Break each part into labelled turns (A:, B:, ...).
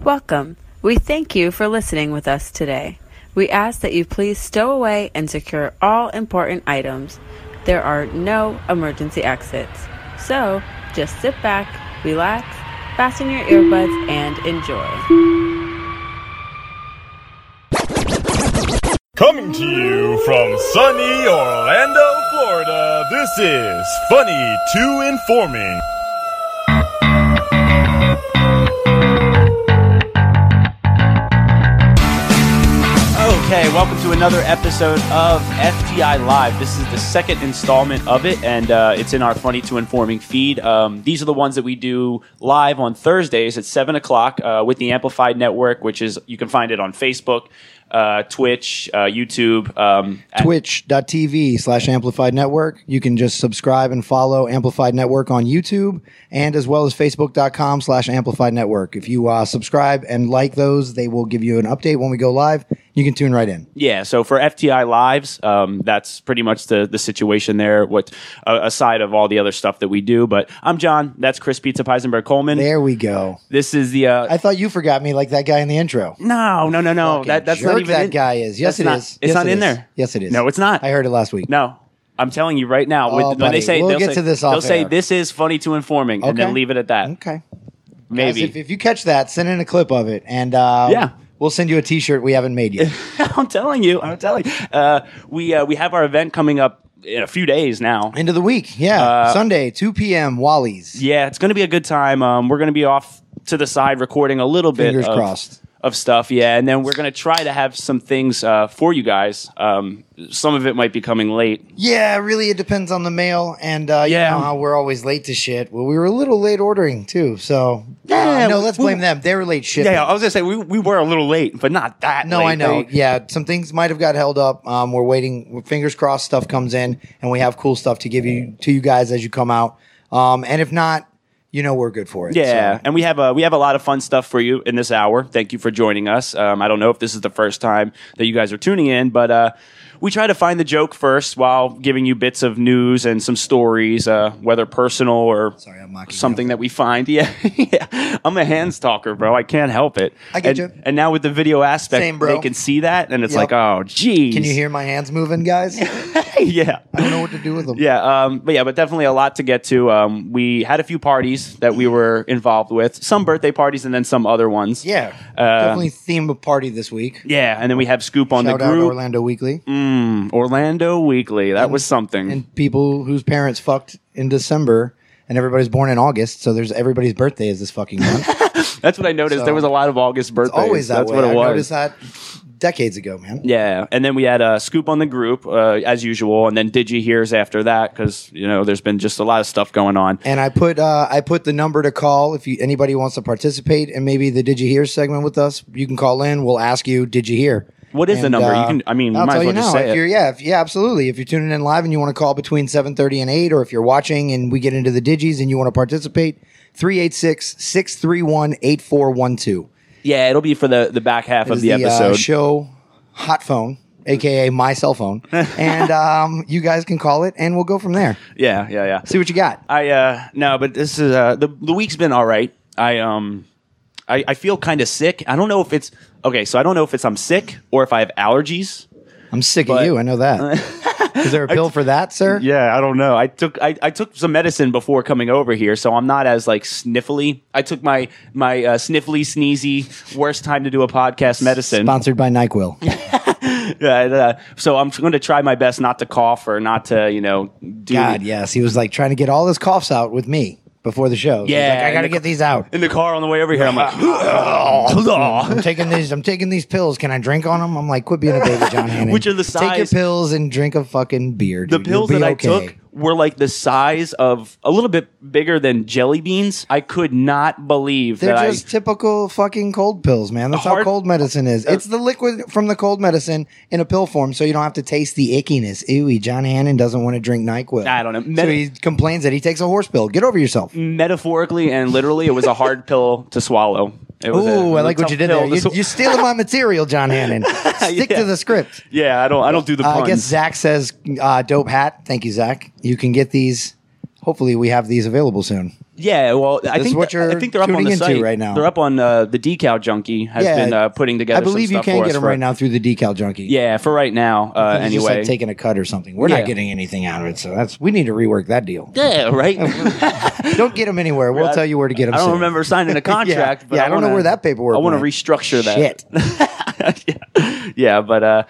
A: Welcome. We thank you for listening with us today. We ask that you please stow away and secure all important items. There are no emergency exits. So just sit back, relax, fasten your earbuds, and enjoy.
B: Coming to you from sunny Orlando, Florida, this is Funny to Informing.
C: Okay, welcome to another episode of FTI Live. This is the second installment of it, and uh, it's in our Funny to Informing feed. Um, these are the ones that we do live on Thursdays at 7 o'clock uh, with the Amplified Network, which is, you can find it on Facebook, uh, Twitch, uh, YouTube. Um, at-
D: twitch.tv slash amplified network you can just subscribe and follow amplified network on youtube and as well as facebook.com slash amplified network if you uh, subscribe and like those they will give you an update when we go live you can tune right in
C: Yeah, so for FTI Lives, um, that's pretty much the, the situation there, what, uh, aside of all the other stuff that we do. But I'm John, that's Chris Pizza Peisenberg Coleman.
D: there we go
C: This is the. Uh,
D: i thought you forgot me like that guy in the intro
C: No, no, no, no.
D: Fucking
C: That, that's
D: jerk
C: not even
D: that
C: in-
D: guy is yes
C: that's
D: it is.
C: not- It's
D: Yes,
C: not
D: it
C: in
D: is.
C: there.
D: yes it is
C: No, it's not.
D: i heard it last week
C: No, I'm telling you right now.
D: Oh,
C: when, when they
D: buddy,
C: say
D: we'll
C: they'll
D: get
C: say,
D: to this
C: they'll
D: off
C: say
D: air.
C: this is funny to informing, and then
D: Okay.
C: leave it at that.
D: okay Guys,
C: Maybe.
D: if, if you catch that send in a clip of it and uh,
C: Yeah.
D: we'll send you a t-shirt we haven't made yet
C: I'm telling you. I'm telling. You. Uh, we uh, we have our event coming up in a few days now.
D: end of the week yeah sunday 2 p.m wally's
C: Uh, Yeah, it's going to be a good time. Um, we're going to be off to the side recording a little bit.
D: Fingers
C: of,
D: crossed.
C: Of stuff, yeah, and then we're gonna try to have some things uh, for you guys. Um, some of it might be coming late.
D: Yeah, really, it depends on the mail, and uh,
C: Yeah.
D: you know how we're always late to shit. Well, we were a little late ordering too, so
C: Yeah,
D: Uh, no, let's
C: we-
D: blame them. They were late shipping.
C: Yeah, I was gonna say we, we were a little late, but not that.
D: no,
C: late.
D: I know.
C: They-
D: yeah, some things might have got held up. Um, we're waiting. Fingers crossed, stuff comes in, and we have cool stuff to give you to you guys as you come out. Um, and if not, you know we're good for it.
C: Yeah,
D: so.
C: and we have a we have a lot of fun stuff for you in this hour. Thank you for joining us. Um, I don't know if this is the first time that you guys are tuning in, but uh, we try to find the joke first while giving you bits of news and some stories, uh, whether personal or
D: Sorry, I'm mocking you.
C: something that we find. Yeah, yeah, I'm a hands talker, bro. I can't help it.
D: I get
C: and,
D: you.
C: And now with the video aspect,
D: Same, bro.
C: they can see that, and it's
D: Yep.
C: like, oh, geez.
D: Can you hear my hands moving, guys? I
C: yeah.
D: don't know what to do with them.
C: Yeah, um, but yeah, but definitely a lot to get to. Um, we had a few parties that we were involved with, some birthday parties and then some other ones.
D: yeah.
C: Uh,
D: Definitely theme of party this week.
C: yeah, and then we have Scoop on
D: Shout
C: the
D: out
C: group, Mm. Orlando.
D: Orlando Weekly.
C: Weekly. That was something.
D: and people whose parents fucked in December and everybody's born in August, so there's everybody's birthday is this fucking month. It's
C: That's what I noticed.
D: So-
C: there was a lot of August birthdays.
D: always that
C: That's
D: way.
C: what it
D: I
C: was.
D: noticed that decades ago, man.
C: Yeah, and then we had a scoop on the group uh, as usual, and then Digi hears after that because you know there's been just a lot of stuff going on.
D: And I put uh, I put the number to call if you anybody wants to participate and maybe the Did You Hear segment with us. You can call in. We'll ask you Did You Hear.
C: What is the
D: And,
C: number?
D: uh,
C: you can. I mean, we
D: I'll
C: might
D: tell
C: as well
D: you
C: just
D: now.
C: say
D: If
C: it.
D: you're, yeah, if, yeah, absolutely. If you're tuning in live and you want to call between 7.30 and 8, or if you're watching and we get into the digis and you want to participate, 386-631-8412.
C: Yeah, it'll be for the the back half of
D: is
C: the, episode.
D: Uh, show Hot Phone, aka my cell phone, and um, you guys can call it, and we'll go from there.
C: yeah, yeah, yeah.
D: See what you got.
C: I uh no, but this is uh the the week's been all right. I um I, I feel kind of sick. I don't know if it's okay, so I don't know if it's I'm sick or if I have allergies.
D: I'm sick
C: But-
D: of you. I know that. Is there a pill for that, sir?
C: Yeah, I don't know. I took I, I took some medicine before coming over here, so I'm not as like sniffly. I took my my uh, sniffly sneezy worst time to do a podcast medicine.
D: Sponsored by Nyquil.
C: Yeah, and, uh, so I'm going to try my best not to cough or not to you know do
D: God, yes. He was like trying to get all his coughs out with me before the show. So he's
C: Yeah,
D: like, I got to
C: and-
D: get these out.
C: in the car on the way over here. I'm
D: I'm
C: like.
D: taking these. I'm taking these pills. Can I drink on them? I'm like, quit being a baby, John Hannon.
C: Which are the
D: Take your
C: size-
D: pills and drink a fucking beer.
C: the
D: dude. You'll
C: pills that
D: be
C: I
D: okay.
C: took were like the size of a little bit bigger than jelly beans. I could not believe
D: They're
C: that
D: just typical fucking cold pills, man. That's
C: Hard-
D: how cold medicine is. It's the liquid from the cold medicine in a pill form, so you don't have to taste the ickiness. Ewy, John Hannon doesn't want to drink NyQuil.
C: I don't know.
D: so
C: Medi-
D: he complains that he takes a horse pill. Get over yourself.
C: I metaphorically and literally it was a hard pill to swallow. It was a- it
D: Ooh,
C: was
D: I
C: a
D: like what
C: tough
D: you did
C: pill
D: there.
C: to
D: You,
C: swa-
D: you're stealing my material, John Hannon. Stick
C: Yeah.
D: to the script.
C: yeah, I don't I don't do the
D: Uh,
C: puns.
D: I guess Zach says uh, dope hat. Thank you, Zach. You can get these hopefully we have these available soon.
C: Yeah, well, I
D: This is
C: think
D: what
C: that- I
D: you're
C: think they're up on
D: tuning
C: the
D: into
C: site
D: right now.
C: They're up on uh, the Decal Junkie has
D: Yeah.
C: been uh, putting together.
D: I believe
C: some
D: you
C: stuff
D: can
C: for
D: get
C: us
D: them
C: for-
D: right now through the decal junkie.
C: Yeah, for right now. Uh,
D: He's just, like,
C: anyway,
D: taking a cut or something. We're
C: Yeah.
D: not getting anything out of it, so that's we need to rework that deal.
C: yeah, right.
D: Don't get them anywhere. We'll
C: I-
D: tell you where to get them.
C: I don't remember signing a contract. but
D: yeah,
C: I,
D: I don't know
C: wanna-
D: where that paperwork
C: I want to
D: went.
C: restructure that.
D: Shit.
C: yeah. yeah, but uh,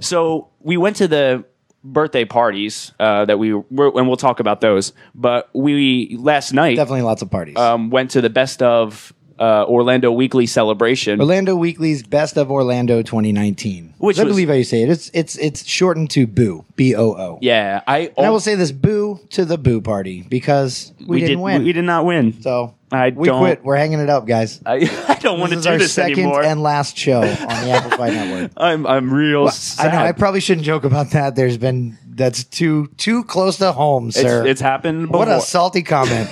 C: so we went to the birthday parties uh, that we were, and we'll talk about those. But we last night
D: Definitely lots of parties.
C: um, went to the best of uh, Orlando Weekly celebration.
D: Orlando Weekly's Best of Orlando 2019,
C: Which
D: I
C: was-
D: believe how you say it. It's it's it's shortened to Boo B O O.
C: Yeah, I
D: And I will say this Boo to the Boo party because Oh. we, didn't
C: did,
D: win.
C: We did not win.
D: so
C: I
D: we
C: don't-
D: quit. We're hanging it up, guys.
C: I, I don't want to
D: this is
C: do
D: our
C: this
D: second
C: anymore.
D: and last show on the Amplify Network.
C: I'm I'm real sad.
D: I know. I probably shouldn't joke about that. There's been that's too too close to home, sir.
C: it's, it's happened before.
D: what a salty comment.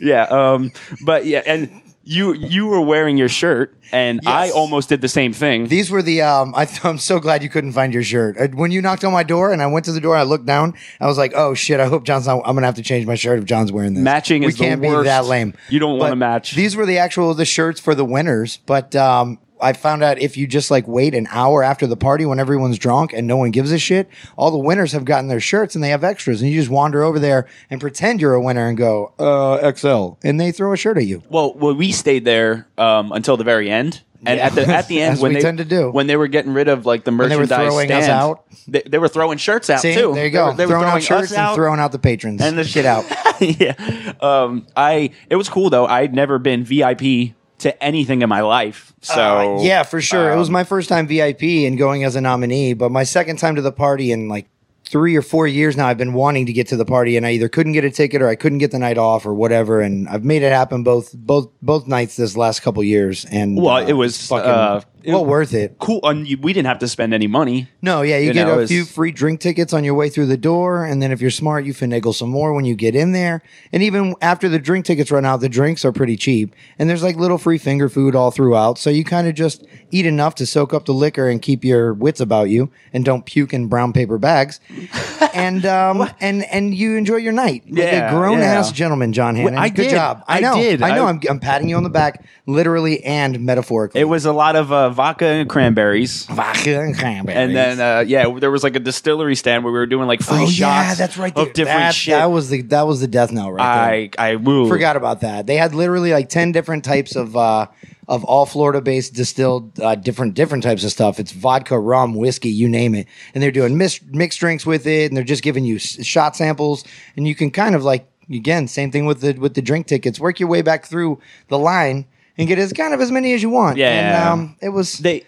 C: yeah. Um. But yeah, and you you were wearing your shirt, and I
D: Yes.
C: almost did the same thing.
D: These were the. Um, I th- I'm so glad you couldn't find your shirt. Uh, When you knocked on my door and I went to the door, I looked down. I was like, "Oh shit! I hope John's not. I'm gonna have to change my shirt if John's wearing this.
C: Matching
D: we
C: is the
D: can't
C: worst.
D: be that lame.
C: You don't wanna
D: But
C: match.
D: These were the actual the shirts for the winners. But um, I found out if you just like wait an hour after the party when everyone's drunk and no one gives a shit, all the winners have gotten their shirts and they have extras, and you just wander over there and pretend you're a winner and go uh, XL, and they throw a shirt at you.
C: well, well, we stayed there um, until the very end. And at the at the end,
D: As
C: when
D: we
C: they
D: tend to do.
C: when they were getting rid of like the
D: they were
C: merchandise
D: throwing us
C: stand,
D: out.
C: They, they were throwing shirts out
D: See,
C: too.
D: there
C: They
D: you go.
C: were, they were
D: throwing,
C: throwing
D: out shirts
C: us out.
D: and throwing out the patrons
C: And the-
D: shit out.
C: yeah. Um, I it was cool though. I'd never been VIP to anything in my life. So um,
D: Uh, yeah, for sure. it was my first time VIP and going as a nominee, but my second time to the party in like three or four years now. I've been wanting to get to the party, and I either couldn't get a ticket or I couldn't get the night off or whatever. And I've made it happen both both both nights this last couple years. And
C: Well,
D: uh,
C: it was
D: fucking
C: uh, it-
D: well worth it.
C: cool. And you, we didn't have to spend any money.
D: No, yeah, you,
C: You
D: get
C: know,
D: a
C: it's-
D: few free drink tickets on your way through the door, and then if you're smart, you finagle some more when you get in there. And even after the drink tickets run out, the drinks are pretty cheap, and there's like little free finger food all throughout. So you kind of just eat enough to soak up the liquor and keep your wits about you, and don't puke in brown paper bags. and um and and you enjoy your night. Like
C: Yeah,
D: a grown ass
C: yeah.
D: gentleman, John Hannon.
C: I
D: Good
C: did.
D: job. I,
C: I
D: know.
C: did.
D: I know.
C: I-
D: I, am I'm patting you on the back, literally and metaphorically.
C: It was a lot of uh, vodka and cranberries. And then, uh, yeah, there was like a distillery stand where we were doing like free
D: oh,
C: shots.
D: Yeah, that's right.
C: Of
D: dude.
C: different
D: that,
C: shit.
D: That was the that was the death knell right there.
C: I I woo.
D: Forgot about that. They had literally like ten different types of uh, of all Florida based distilled uh, different different types of stuff. It's vodka, rum, whiskey, you name it, and they're doing mis- mixed drinks with it, and they're just giving you s- shot samples, and you can kind of like again same thing with the with the drink tickets. Work your way back through the line and get as kind of as many as you want.
C: Yeah.
D: and, um, it was
C: They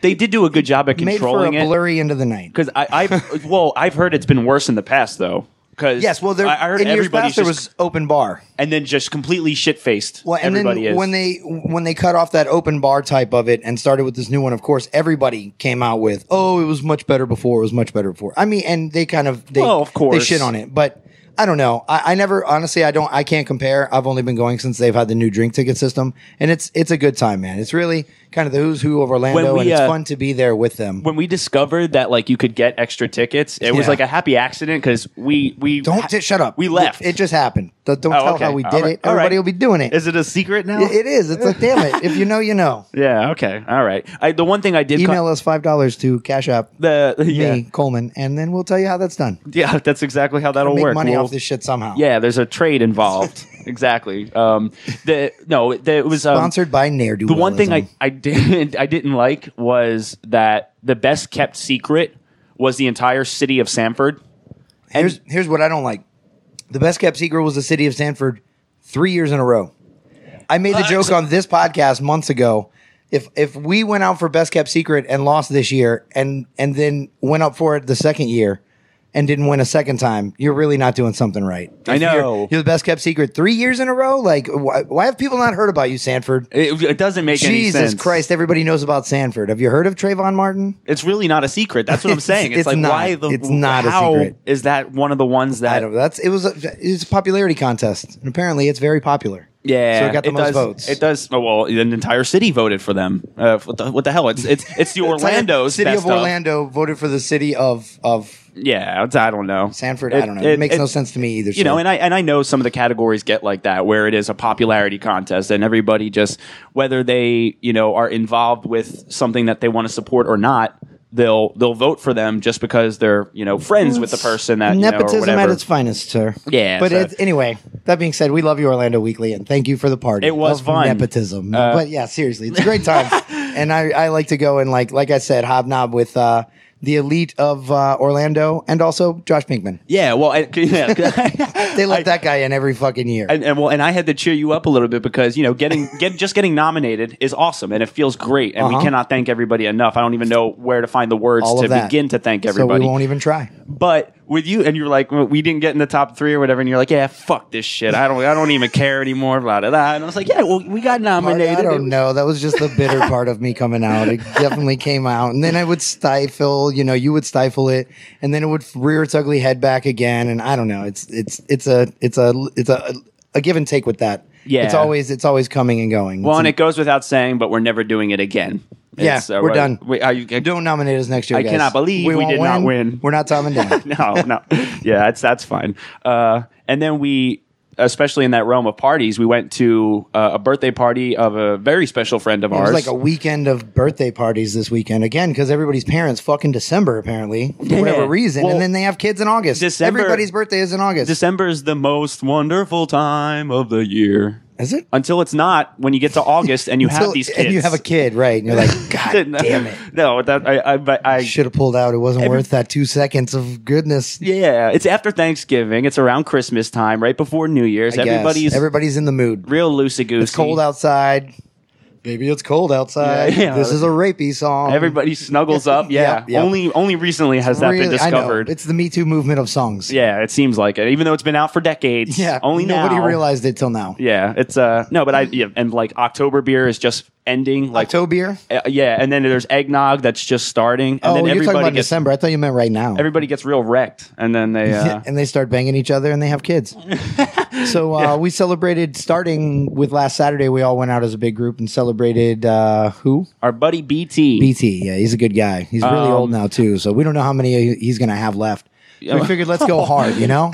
C: they did do a good job at
D: made for a
C: controlling it.
D: blurry end of the night.
C: Because I, I've well, I've heard it's been worse in the past though. Because
D: Yes, well, there
C: I I heard
D: in years
C: everybody's
D: past there
C: just-
D: was open bar.
C: and then just completely shit faced.
D: Well, and
C: everybody
D: then
C: is.
D: when they when they cut off that open bar type of it and started with this new one, of course, everybody came out with, "Oh, it was much better before. It was much better before." I mean, and they kind of they
C: Well, of
D: they
C: course.
D: shit on it, but I don't know. I, I never honestly, I don't, I can't compare. I've only been going since they've had the new drink ticket system, and it's it's a good time, man. It's really kind of the who's who of Orlando,
C: When we,
D: and it's
C: uh,
D: fun to be there with them.
C: when we discovered that like you could get extra tickets, it was
D: Yeah.
C: like a happy accident because we we
D: Don't di- shut up.
C: We left.
D: It, just happened. Don't don't
C: Oh,
D: tell
C: okay.
D: how we did
C: All right.
D: it.
C: All right.
D: Everybody will be doing it.
C: is it a secret now?
D: it is. It's like, damn it. If you know, you know.
C: yeah. Okay. All right. I, the one thing I did
D: Email us five dollars to Cash App
C: the yeah
D: me, Coleman, and then we'll tell you how that's done.
C: yeah that's exactly how that'll
D: Make
C: work.
D: money
C: We'll-
D: off this shit somehow.
C: Yeah, there's a trade involved. exactly. Um, the no, the, it was um,
D: Sponsored by Ne'er Do
C: The one thing I, I didn't I didn't like was that the best kept secret was the entire city of Sanford.
D: here's here's what I don't like. The best kept secret was the city of Sanford three years in a row. I made the
C: Uh,
D: joke on this podcast months ago. If if we went out for best kept secret and lost this year and and then went up for it the second year and didn't win a second time, you're really not doing something right.
C: I
D: If you're-
C: know.
D: You're, the best kept secret three years in a row. Like why, why have people not heard about you, Sanford?
C: It, it doesn't make any sense.
D: Jesus Christ, everybody knows about Sanford. Have you heard of Trayvon Martin?
C: It's really not a secret. That's what I'm
D: It's-
C: saying. It's,
D: it's
C: like
D: not.
C: why the
D: It's not a
C: how
D: secret.
C: Is that one of the ones
D: I
C: that
D: don't know. That's it was a, it's a popularity contest, and apparently it's very popular.
C: Yeah,
D: So it got the most
C: does,
D: votes.
C: It does. Oh, well, an entire city voted for them. Uh, what, the, what the hell? It's it's it's the
D: It's like
C: Orlando's
D: city
C: best
D: of Orlando voted for the city of of
C: Yeah, it's, I don't know.
D: Sanford.
C: It-
D: I don't know. It, makes no
C: it-
D: sense to me either.
C: You know, and I and I know some of the categories get like that where it is a popularity contest and everybody just whether they, you know, are involved with something that they want to support or not, they'll they'll vote for them just because they're, you know, friends with the person that you know, or
D: nepotism at
C: whatever.
D: its finest, sir.
C: Yeah,
D: But
C: so-
D: it, anyway, that being said, we love you, Orlando Weekly, and thank you for the party.
C: It was
D: of
C: fun. Uh,
D: Nepotism, but yeah, seriously, it's a great time, and I, I like to go and like like I said, hobnob with uh, the elite of uh, Orlando, and also Josh Pinkman.
C: Yeah, well, I, yeah.
D: They let
C: I-
D: that guy in every fucking year.
C: and, and well, and I had to cheer you up a little bit because you know getting get just getting nominated is awesome and it feels great and we
D: Uh-huh.
C: cannot thank everybody enough. I don't even know where to find the words
D: all
C: to
D: of that.
C: begin to thank everybody.
D: So we won't even try.
C: but with you and you're like well, we didn't get in the top three or whatever and you're like yeah fuck this shit I don't I don't even care anymore blah blah blah and I was like yeah well we got
D: Part-
C: nominated
D: I don't know. That was just the bitter part of me coming out. It definitely came out. And then I would stifle, you know, you would stifle it and then it would rear its ugly head back again. And I don't know. It's, it's, it's a, it's a, it's a, a give and take with that.
C: Yeah.
D: It's always, it's always coming and going.
C: well and it
D: It's-
C: goes without saying but we're never doing it again
D: Yeah,
C: It's, uh,
D: we're
C: right-
D: done.
C: we, are you,
D: don't nominate us next year.
C: I
D: guys.
C: cannot believe we
D: won't
C: did not win.
D: We're not Tom and down.
C: no, no. Yeah, that's that's fine. Uh, and then we, especially in that realm of parties, we went to uh, a birthday party of a very special friend of
D: It
C: ours.
D: was like a weekend of birthday parties this weekend again because everybody's parents fuck in December apparently for whatever reason,
C: Well,
D: and then they have kids in August.
C: December-
D: everybody's birthday is in August.
C: December is the most wonderful time of the year.
D: is it?
C: Until it's not when you get to August and you
D: Until-
C: have these kids.
D: and you have a kid, right? And you're like, God damn it,
C: No, that I, I, but I
D: should have pulled out. It wasn't worth that two seconds of goodness.
C: yeah. It's after Thanksgiving. It's around Christmas time, right before New Year's.
D: I guess.
C: Everybody's
D: everybody's in the mood.
C: real loosey goosey.
D: It's cold outside. Baby, it's cold outside.
C: Yeah, yeah.
D: This is a rapey song.
C: Everybody snuggles up. Yeah.
D: Yep, yep.
C: Only only recently has that been
D: Really- I know.
C: discovered.
D: It's the Me Too movement of songs.
C: Yeah, it seems like it. Even though it's been out for decades.
D: yeah.
C: Only
D: nobody
C: now.
D: realized it till now.
C: Yeah, it's uh no, but I yeah, and like October beer is just ending. Like
D: October beer.
C: uh, yeah, and then there's eggnog that's just starting, and
D: oh,
C: then
D: you're talking
C: everybody
D: about
C: gets
D: December. I thought you meant right now.
C: everybody gets real wrecked, and then they uh,
D: and they start banging each other and they have kids. so uh, we celebrated starting with last Saturday. We all went out as a big group and celebrated uh, who?
C: our buddy BT.
D: BT. Yeah, he's a good guy. He's really
C: Um,
D: old now too, so we don't know how many he's going to have left. So we figured let's go hard, you know.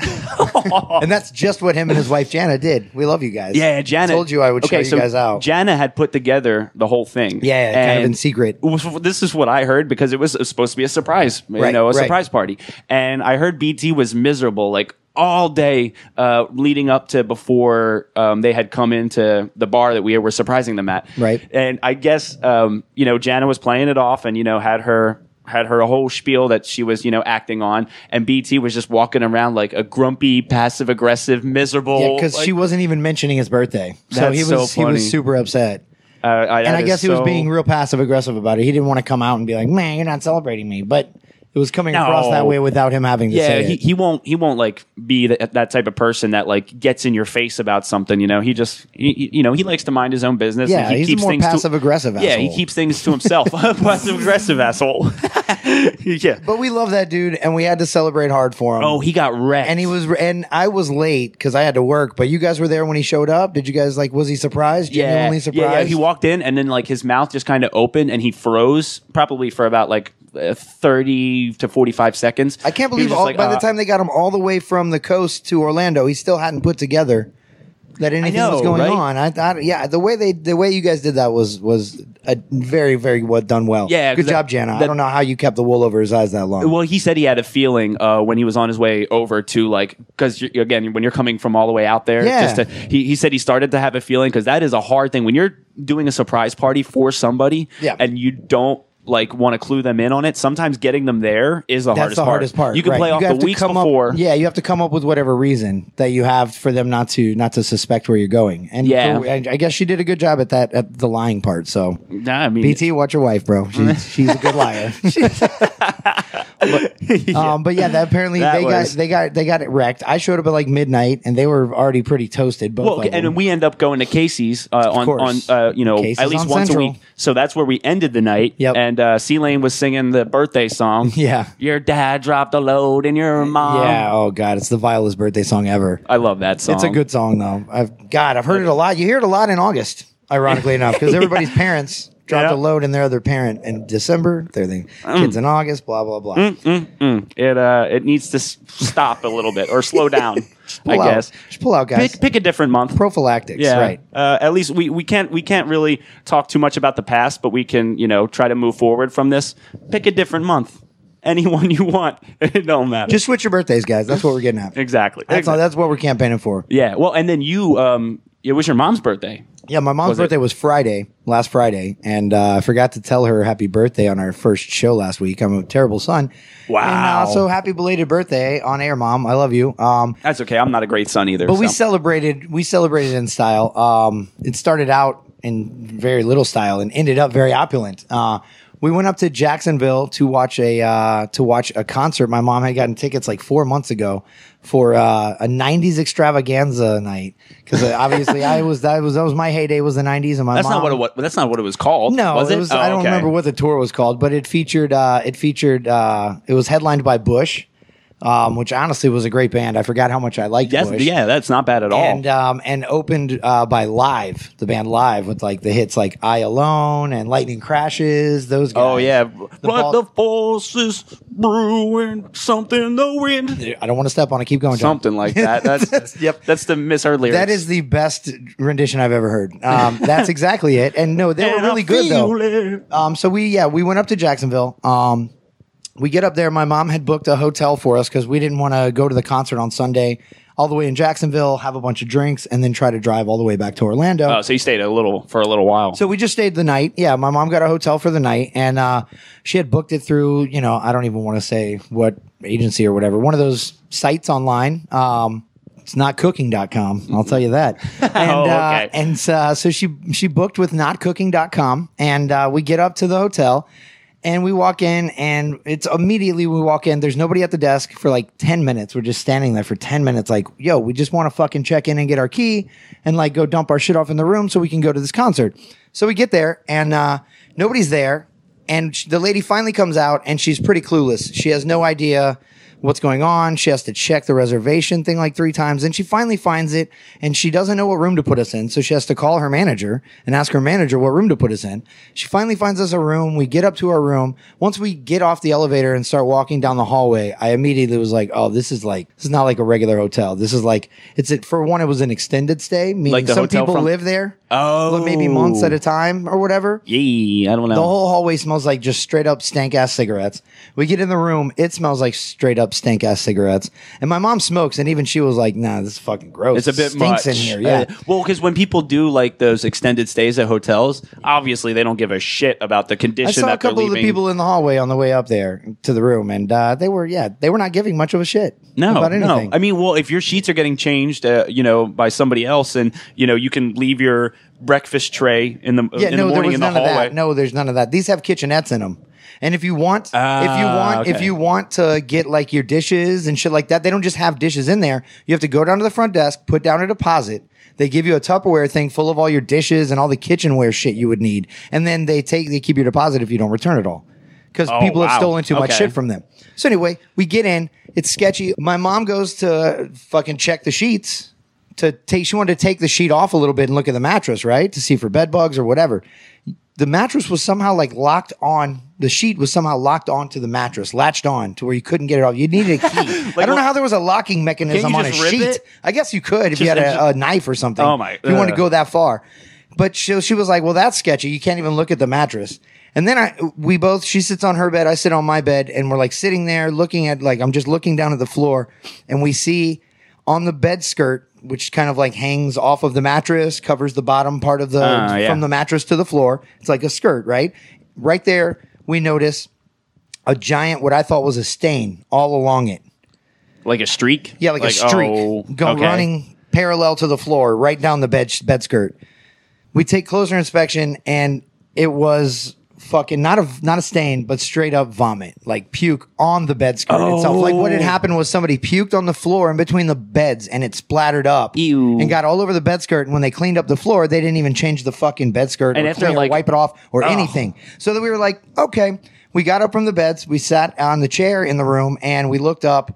D: and that's just what him and his wife Jana did. We love you guys.
C: Yeah, Janet
D: told you I would show
C: okay,
D: you
C: so
D: guys out.
C: Jana had put together the whole thing.
D: yeah, kind of in
C: and-
D: secret.
C: It was- this is what I heard because it was supposed to be a surprise, you
D: Right,
C: know, a
D: right.
C: surprise party. And I heard BT was miserable, like all day uh, leading up to before um, they had come into the bar that we were surprising them at.
D: Right.
C: And I guess um, you know Jana was playing it off, and you know had her. Had her whole spiel that she was, you know, acting on, and BT was just walking around like a grumpy, passive aggressive, miserable.
D: Yeah, because she
C: like,
D: wasn't even mentioning his birthday, so
C: That's
D: he
C: so
D: was he
C: funny.
D: was super upset.
C: uh, I,
D: and
C: that
D: I
C: is
D: guess he was
C: so-
D: being real passive aggressive about it. He didn't want to come out and be like, "Man, you're not celebrating me," but it was coming across
C: No.
D: that way without him having to
C: Yeah,
D: say
C: he,
D: it.
C: he won't he won't like be that, that type of person that like gets in your face about something. You know, he just he, he- you know he likes to mind his own business.
D: Yeah,
C: and he
D: he's a more
C: to-
D: passive aggressive.
C: Yeah, he
D: asshole.
C: keeps things to himself. passive aggressive asshole. yeah.
D: But we love that dude, and we had to celebrate hard for him.
C: Oh, he got wrecked.
D: and he was, and I was late because I had to work. But you guys were there when he showed up. Did you guys like? Was he surprised?
C: yeah,
D: Genuinely
C: yeah,
D: surprised.
C: yeah. He walked in and then like his mouth just kind of opened and he froze probably for about like uh, thirty to forty five seconds.
D: I can't
C: He was
D: believe
C: just
D: all,
C: like,
D: by the
C: uh,
D: time they got him all the way from the coast to Orlando, he still hadn't put together that anything was
C: know,
D: going
C: right?
D: on. I, I, yeah, the way they the way you guys did that was was a very very well done well.
C: Yeah, 'cause
D: good
C: that-
D: job, Jana.
C: that-
D: I don't know how you kept the wool over his eyes that long.
C: Well, he said he had a feeling uh, when he was on his way over to like because again when you're coming from all the way out there,
D: Yeah.
C: just to, he he said he started to have a feeling because that is a hard thing when you're doing a surprise party for somebody,
D: Yeah.
C: and you don't like want to clue them in on it. Sometimes getting them there is the,
D: That's
C: hardest,
D: the hardest part.
C: You can
D: right.
C: play off
D: have
C: the
D: to
C: weeks
D: come up-
C: before.
D: yeah, you have to come up with whatever reason that you have for them not to not to suspect where you're going. And
C: Yeah.
D: for- I, I guess she did a good job at that at the lying part. So
C: Nah, I mean,
D: BT, watch your wife, bro. She's she's a good liar. Um, but yeah, that apparently
C: That
D: they got
C: was-
D: they got they got it wrecked. I showed up at like midnight, and they were already pretty toasted. Both
C: Well,
D: of
C: and
D: them.
C: we end up going to Casey's uh, on on
D: course.
C: uh, you know
D: Casey's
C: at least
D: on
C: once
D: Central.
C: a week. So that's where we ended the night.
D: Yep.
C: And uh, C Lane was singing the birthday song.
D: Yeah.
C: Your dad dropped a load, and your mom.
D: yeah. Oh god, it's the vilest birthday song ever.
C: I love that Um, song.
D: It's a good song though. I've God, I've heard it a lot. You hear it a lot in August, ironically enough, because everybody's parents dropped
C: Yeah.
D: a load in their other parent in December. They're the
C: Mm.
D: kids in August. Blah blah blah.
C: It uh, it needs to s- stop a little bit or slow down.
D: Pull
C: I
D: out.
C: guess.
D: Just pull out, guys.
C: Pick pick a different month.
D: Prophylactics.
C: yeah.
D: Right.
C: Uh, at least we, we can't we can't really talk too much about the past, but we can you know try to move forward from this. Pick a different month. Anyone you want. it don't matter.
D: Just switch your birthdays, guys. That's what we're getting at.
C: exactly.
D: That's all, that's what we're campaigning for.
C: Yeah. Well, and then you, um, it was your mom's birthday.
D: Yeah, my mom's
C: Was it-
D: birthday was Friday, last Friday, and uh, I forgot to tell her happy birthday on our first show last week. I'm a terrible son.
C: Wow.
D: And uh, so happy belated birthday on air, mom. I love you. Um,
C: That's okay. I'm not a great son either.
D: but we
C: so.
D: celebrated. We celebrated in style. Um, it started out in very little style and ended up very opulent. Uh, we went up to Jacksonville to watch a uh, to watch a concert. My mom had gotten tickets like four months ago for uh, a '90s extravaganza night because obviously I was that was that was my heyday was the '90s and my
C: that's
D: mom,
C: not what it was. That's not what it was called.
D: no,
C: was
D: it was, I don't
C: okay.
D: remember what the tour was called, but it featured. Uh, it featured. Uh, it was headlined by Bush, um, which honestly was a great band. I forgot how much I liked
C: Yes,
D: Bush.
C: yeah, that's not bad at all.
D: And um, and opened uh, by Live, the band Live, with like the hits like "I Alone" and "Lightning Crashes." Those guys.
C: oh yeah, but
D: ball-
C: the force is brewing something the wind,
D: I don't want to step on it. Keep going. John.
C: something like that. That's,
D: yep.
C: That's the misheard lyrics.
D: That is the best rendition I've ever heard. Um, that's exactly it. And no, they were
C: And I
D: really good
C: feel
D: though.
C: it.
D: Um, so we yeah we went up to Jacksonville. Um, we get up there. My mom had booked a hotel for us because we didn't want to go to the concert on Sunday, all the way in Jacksonville, have a bunch of drinks, and then try to drive all the way back to Orlando.
C: Oh, so you stayed a little for a little while.
D: So we just stayed the night. Yeah, my mom got a hotel for the night, and uh, she had booked it through. You know, I don't even want to say what agency or whatever. One of those sites online. Um, it's not cooking.com. I'll tell you that. And,
C: okay.
D: uh, and uh, so she she booked with notcooking.com, and uh, we get up to the hotel. And we walk in, and it's immediately we walk in. There's nobody at the desk for like 10 minutes. We're just standing there for 10 minutes, like, yo, we just want to fucking check in and get our key and like go dump our shit off in the room so we can go to this concert. So we get there, and uh, nobody's there. And sh- the lady finally comes out, and she's pretty clueless. She has no idea what's going on. She has to check the reservation thing like three times. And she finally finds it and she doesn't know what room to put us in. So she has to call her manager and ask her manager what room to put us in. She finally finds us a room. We get up to our room. Once we get off the elevator and start walking down the hallway, I immediately was like, oh, this is like, this is not like a regular hotel. This is like, it's it, for one, it was an extended stay, meaning
C: Like the
D: some
C: hotel
D: people
C: from-
D: live there.
C: Oh.
D: Maybe months at a time or whatever.
C: yeah, I don't know.
D: The whole hallway smells like just straight up stank ass cigarettes. We get in the room, it smells like straight up stank ass cigarettes. And my mom smokes, and even she was like, "Nah, this is fucking gross.
C: It's a bit
D: stinks
C: much.
D: in here." Yeah,
C: Uh, well, because when people do like those extended stays at hotels, obviously they don't give a shit about the condition.
D: I saw a
C: that they're
D: couple of the
C: leaving.
D: people in the hallway on the way up there to the room, and uh, they were yeah, they were not giving much of a shit
C: No,
D: about
C: no.
D: anything.
C: I mean, well, if your sheets are getting changed, uh, you know, by somebody else, and you know, you can leave your breakfast tray in the
D: yeah,
C: in
D: no,
C: the
D: there
C: morning
D: was
C: in the
D: none of
C: hallway.
D: that. No, there's none of that. These have kitchenettes in them. And if you want, if you
C: Ah,
D: want, if
C: okay.
D: you want to get like your dishes and shit like that, they don't just have dishes in there. You have to go down to the front desk, put down a deposit. They give you a Tupperware thing full of all your dishes and all the kitchenware shit you would need, and then they take they keep your deposit if you don't return it all. Because
C: Oh,
D: people
C: wow.
D: have stolen too much
C: Okay.
D: shit from them. So anyway, we get in. It's sketchy. My mom goes to fucking check the sheets to take. She wanted to take the sheet off a little bit and look at the mattress, right, to see for bed bugs or whatever the mattress was somehow like locked on. The sheet was somehow locked onto the mattress, latched on to where you couldn't get it off. You needed a key. I don't know how there was a locking mechanism
C: you
D: on a
C: just rip
D: sheet.
C: it?
D: I guess you could if you had a, a knife or something.
C: Oh my-
D: If you wanted to
C: ugh.
D: go that far, but she, she was like, "Well, that's sketchy. You can't even look at the mattress." And then I, we both. She sits on her bed. I sit on my bed, and we're like sitting there looking at like I'm just looking down at the floor, and we see on the bed skirt, which kind of like hangs off of the mattress, covers the bottom part of the
C: Ah, yeah.
D: from the mattress to the floor. It's like a skirt, right? Right there, we notice a giant, what I thought was a stain all along it.
C: Like a streak.
D: Yeah, like, a streak
C: oh,
D: go
C: okay.
D: running parallel to the floor, right down the bed bed skirt. We take closer inspection, and it was fucking not a not a stain, but straight up vomit, like puke on the bed skirt itself. Like
C: Oh.
D: what had happened was somebody puked on the floor in between the beds, and it splattered up
C: Ew.
D: and got all over the bed skirt. And when they cleaned up the floor, they didn't even change the fucking bed skirt
C: And
D: or,
C: if they're
D: clean or
C: like-
D: wipe it off or anything. So that we were like, okay, we got up from the beds, we sat on the chair in the room, and we looked up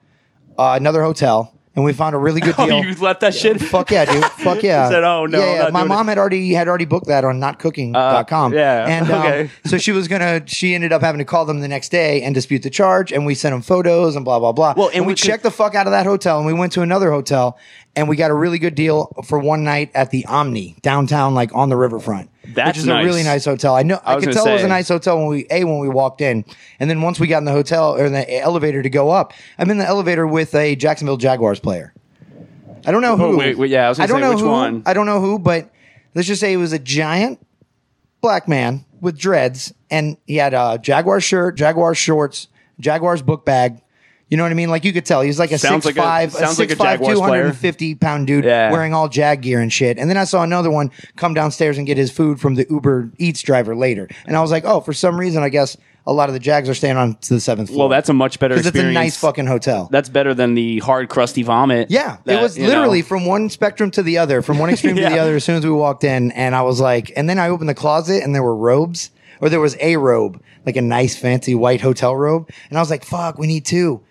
D: uh, another hotel. And we found a really good deal.
C: Oh, you left that shit.
D: Fuck yeah, dude. Fuck yeah.
C: He said, "Oh, no, I'm
D: Yeah, yeah.
C: not
D: my
C: doing
D: mom had already had already booked that on notcooking.com.
C: Uh, yeah,
D: And um,
C: okay.
D: so she was gonna she ended up having to call them the next day and dispute the charge and we sent them photos and blah blah blah.
C: Well, and we
D: we
C: could-
D: checked the fuck out of that hotel and we went to another hotel and we got a really good deal for one night at the Omni downtown, like on the riverfront.
C: That's
D: which is
C: nice.
D: a really nice hotel. I know I,
C: was
D: could
C: gonna
D: tell it was a
C: say.
D: nice hotel when we a when we walked in, and then once we got in the hotel or in the elevator to go up, I'm in the elevator with a Jacksonville Jaguars player. I don't know who.
C: Oh, wait, wait, yeah, I was gonna
D: don't
C: say,
D: know
C: which
D: who,
C: one?
D: I don't know who, but let's just say it was a giant black man with dreads, and he had a Jaguar shirt, Jaguar shorts, Jaguars book bag. You know what I mean? Like you could tell he was like a
C: Sounds
D: six
C: like a-
D: five,
C: sounds like a Jaguars
D: two hundred
C: player.
D: and fifty pound dude
C: Yeah.
D: wearing all Jag gear and shit. And then I saw another one come downstairs and get his food from the Uber Eats driver later, and I was like, oh, for some reason, I guess a lot of the Jags are staying on to the seventh floor.
C: Well, that's a much better
D: because it's
C: experience.
D: a nice fucking hotel.
C: That's better than the hard crusty vomit.
D: Yeah,
C: that,
D: it was
C: you
D: literally
C: know.
D: from one spectrum to the other, from one extreme to the
C: Yeah.
D: other. As soon as we walked in, and I was like, and then I opened the closet, and there were robes, or there was a robe, like a nice fancy white hotel robe, and I was like, fuck, we need two.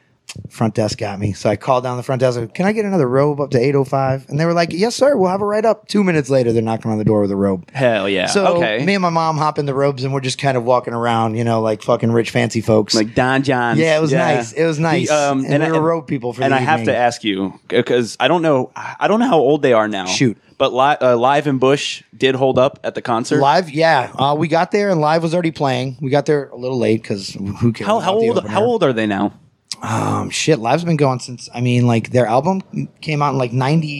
D: Front desk got me, so I called down the front desk. Can I get another robe up to eight oh five? And they were like, yes, sir, we'll have it right up. Two minutes later, they're knocking on the door with a robe.
C: hell yeah.
D: So
C: okay,
D: me and my mom hop in the robes, and we're just kind of walking around, you know, like fucking rich fancy folks.
C: like Don John's. um,
D: Yeah, it was nice. It was nice. And we were road people for
C: And
D: the
C: I have to
D: evening.
C: ask you because I don't know. I don't know how old they are now.
D: Shoot.
C: but li- uh, live and Bush did hold up at the concert.
D: Live, yeah. Uh, we got there and live was already playing. We got there a little late because who cares?
C: How, how
D: about the
C: old?
D: opener?
C: How old are they now?
D: Um, shit, live's been going since. I mean, like their album came out in like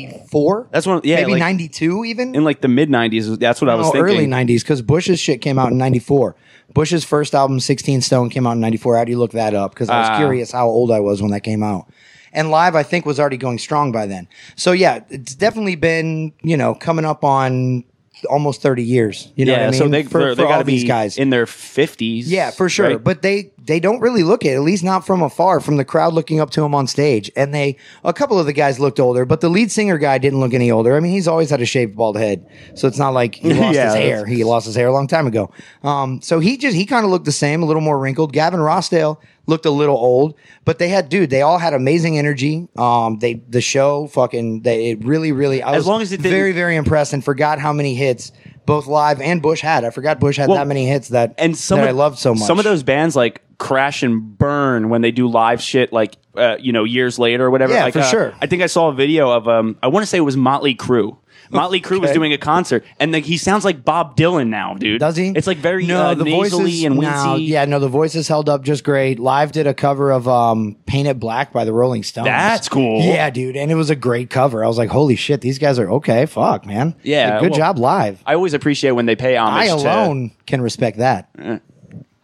D: '94.
C: That's one. Yeah,
D: maybe
C: like,
D: '92 even.
C: in like the mid '90s. That's what I was
D: No,
C: thinking.
D: Oh, early '90s because Bush's shit came out in '94. Bush's first album, 16 Stone, came out in '94. How do you look that up? Because I was
C: Ah.
D: curious how old I was when that came out. And live, I think, was already going strong by then. So yeah, it's definitely been you know coming up on almost 30 years. You know
C: yeah,
D: what I mean?
C: so they
D: for,
C: for, they
D: for all
C: gotta be
D: these guys
C: in their fifties.
D: Yeah, for sure. But they they don't really look it, at least not from afar, from the crowd looking up to him on stage. And they a couple of the guys looked older, but the lead singer guy didn't look any older. I mean, he's always had a shaved bald head, so it's not like he lost
C: Yeah, that's-
D: his hair. He lost his hair a long time ago. Um, so he just he kind of looked the same, a little more wrinkled. Gavin Rossdale looked a little old, but they had dude. They all had amazing energy. Um, they the show fucking they it really really. I
C: As
D: was
C: long as it didn't-
D: very very impressed and forgot how many hits. Both live and Bush had. I forgot Bush had
C: Well,
D: that many hits that
C: and some
D: that
C: of,
D: I loved so much.
C: Some of those bands like crash and burn when they do live shit, like uh, you know years later or whatever.
D: Yeah,
C: like,
D: for
C: uh,
D: sure.
C: I think I saw a video of um, I want to say it was Motley Crue. Motley Crue was
D: Okay.
C: doing a concert, and like, he sounds like Bob Dylan now, dude.
D: Does he?
C: It's like very uh, nasally
D: voices-
C: and wheezy.
D: no, yeah, no, the voices held up just great. Live did a cover of um, "Paint It Black" by the Rolling Stones.
C: That's cool.
D: Yeah, dude, and it was a great cover. I was like, "Holy shit, these guys are okay." Fuck, man.
C: Yeah,
D: Like, good
C: well,
D: job, live.
C: I always appreciate when they pay homage. to-
D: I alone can respect that.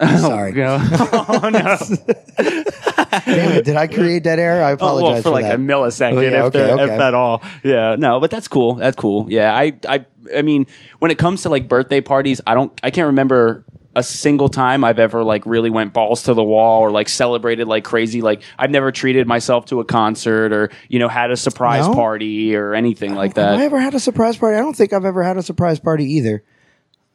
D: Sorry,
C: Uh, oh no!
D: damn it! Did I create that error? I
C: Oh,
D: apologize
C: well, for like
D: that.
C: a millisecond,
D: Oh, yeah,
C: if,
D: okay,
C: they're- if
D: okay.
C: at all. Yeah, no, but that's cool. That's cool. Yeah, I, I, I mean, when it comes to like birthday parties, I don't, I can't remember a single time I've ever like really went balls to the wall or like celebrated like crazy. Like I've never treated myself to a concert or you know had a surprise
D: No?
C: party or anything like that.
D: Have I ever had a surprise party? I don't think I've ever had a surprise party either.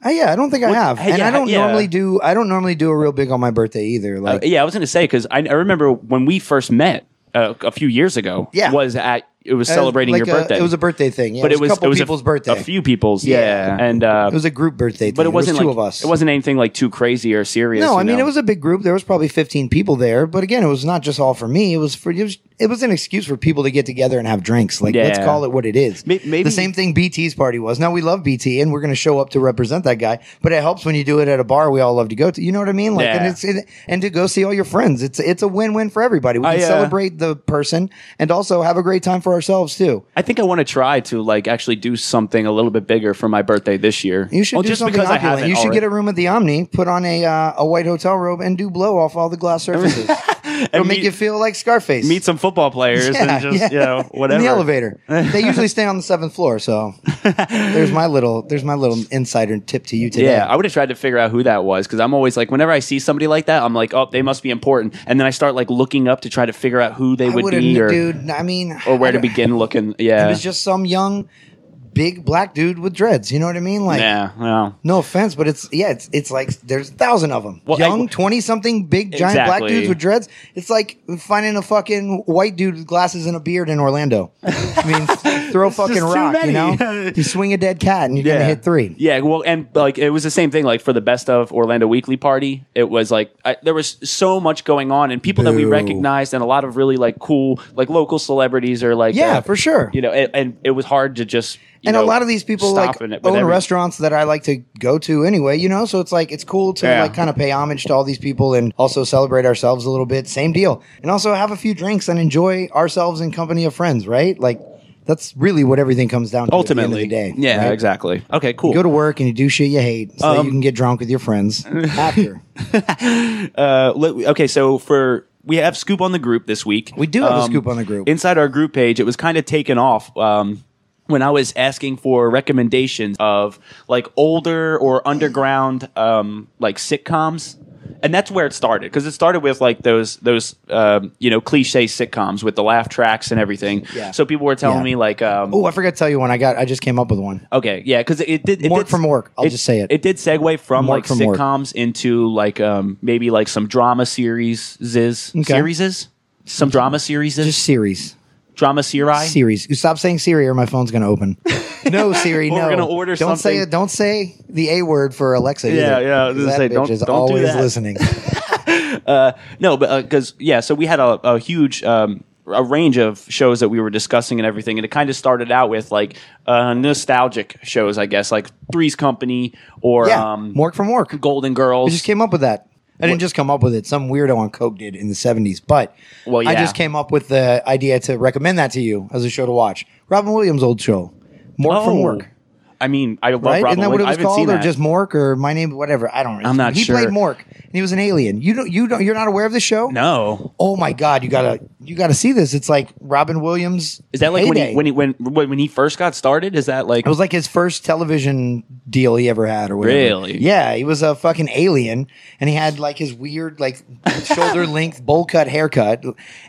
D: Uh, yeah, I don't think I have,
C: hey,
D: and
C: yeah,
D: I don't
C: yeah. Uh,
D: normally do. I don't normally do a real big on my birthday either. Like,
C: yeah, I was gonna say because I, I remember when we first met uh, a few years ago.
D: Yeah.
C: was at it was
D: I was-
C: celebrating
D: uh, like
C: your
D: a-
C: birthday.
D: it was a birthday thing, yeah,
C: but it was
D: a couple
C: it was
D: people's
C: a,
D: birthday.
C: A few people's, yeah,
D: Yeah.
C: and uh,
D: It was a group birthday thing.
C: but it wasn't
D: was two
C: like
D: of us.
C: It wasn't anything like too crazy or serious.
D: No,
C: you
D: I mean
C: know?
D: it was a big group. There was probably fifteen people there, but again, it was not just all for me. It was for it was, it was an excuse for people to get together and have drinks. Like let's
C: Yeah.
D: call it what it is.
C: May- maybe-
D: the same thing BT's party was. Now we love BT and we're going to show up to represent that guy. But it helps when you do it at a bar we all love to go to. You know what I mean? Like and
C: Yeah.
D: it's it, and to go see all your friends. It's it's a win win for everybody. We
C: I,
D: can
C: uh,
D: celebrate the person and also have a great time for ourselves too.
C: I think I want to try to like actually do something a little bit bigger for my birthday this year.
D: You should
C: Well,
D: do
C: just
D: something
C: because I
D: opulent.
C: haven't
D: You should
C: already.
D: get a room at the Omni, put on a uh, a white hotel robe, and do blow off all the glass surfaces. It'll
C: and
D: make
C: meet,
D: you feel like Scarface.
C: meet some football players and just you know whatever.
D: In the elevator. They usually stay on the seventh floor, so there's my little there's my little insider tip to you today.
C: Yeah, I would have tried to figure out who that was because I'm always like, whenever I see somebody like that, I'm like, oh, they must be important, and then I start like looking up to try to figure out who they
D: I
C: would
D: would've
C: be
D: kn-
C: or
D: dude. I mean,
C: or where to
D: I don't-
C: begin looking. Yeah,
D: It was just some young, big black dude with dreads. You know what I mean? Like,
C: yeah, well,
D: no offense, but it's yeah, it's it's like there's a thousand of them.
C: Well, I-
D: young, twenty something, big, giant
C: Exactly.
D: black dudes with dreads. It's like finding a fucking white dude with glasses and a beard in Orlando. I mean, throw a fucking
C: just too
D: rock. You
C: many.
D: know, you swing a dead cat and you're
C: yeah,
D: gonna hit three.
C: Yeah, well, and like it was the same thing. Like for the best of Orlando Weekly party, it was like I, there was so much going on, and people that we
D: Boo.
C: recognized, and a lot of really like cool like local celebrities or like
D: Yeah,
C: uh,
D: for sure.
C: You know, and, and it was hard to just you
D: and
C: know,
D: a lot of these people
C: stop
D: like
C: in it,
D: own
C: but every-
D: restaurants that I like to go to anyway, you know. So it's like it's cool to
C: Yeah.
D: like kind of pay homage to all these people and also celebrate ourselves a little bit. Same deal, and also have a few drinks and enjoy ourselves in company of friends, right? Like that's really what everything comes down to. at the end of
C: Ultimately,
D: the day,
C: yeah,
D: right?
C: exactly. Okay, cool.
D: You go to work and you do shit you hate, so that
C: Um,
D: you can get drunk with your friends after.
C: Uh, let- okay, so for we have scoop on the group this week. Um,
D: We do have a scoop on the group.
C: Inside our group page, it was kind of taken off. Um, when I was asking for recommendations of like older or underground um, like sitcoms, and that's where it started because it started with like those those um, you know cliche sitcoms with the laugh tracks and everything.
D: Yeah.
C: So people were telling
D: Yeah.
C: me like, um,
D: Oh, I forgot to tell you one. I got. I just came up with one.
C: Okay, yeah, because it did. It
D: Mork
C: did,
D: from Ork, I'll just say it.
C: It did segue from
D: Mork
C: like
D: from Ork.
C: sitcoms into like um maybe like some drama series, ziz
D: Okay.
C: series, some drama series,
D: Just series.
C: drama seri.
D: Series. You Stop saying Siri or my phone's going to open. No, Siri,
C: Or we're
D: no.
C: gonna order
D: don't
C: something.
D: Say, don't say the A word for Alexa.
C: Yeah,
D: either,
C: yeah, I was
D: 'cause
C: gonna
D: That
C: say,
D: bitch
C: don't-
D: is
C: don't do
D: always
C: that.
D: listening.
C: No, but because yeah, so we had a, a huge um, a range of shows that we were discussing and everything, and it kind of started out with like uh, nostalgic shows, I guess, like Three's Company or
D: yeah,
C: um,
D: work from work. I
C: Golden Girls.
D: just came up with that. I didn't just come up with it. Some weirdo on Coke did in the seventies, but
C: Well,
D: I
C: yeah.
D: just came up with the idea to recommend that to you as a show to watch. Robin Williams' old show, Mork from
C: Oh.
D: Work.
C: I mean, I love
D: Right?
C: Robin
D: Isn't that what
C: Williams.
D: it
C: I
D: was
C: haven't seen
D: called, or
C: that.
D: just Mork, or my name, whatever? I don't. know.
C: I'm not
D: he
C: sure.
D: played Mork, and he was an alien. You don't. You don't. You're not aware of this show?
C: no.
D: oh my god, you gotta you gotta see this. It's like Robin Williams.
C: Is that like
D: heyday.
C: when he when he when when when he first got started? Is that like
D: it was like his first television deal he ever had, or whatever.
C: Really?
D: Yeah, he was a fucking alien, and he had like his weird like shoulder length bowl cut haircut,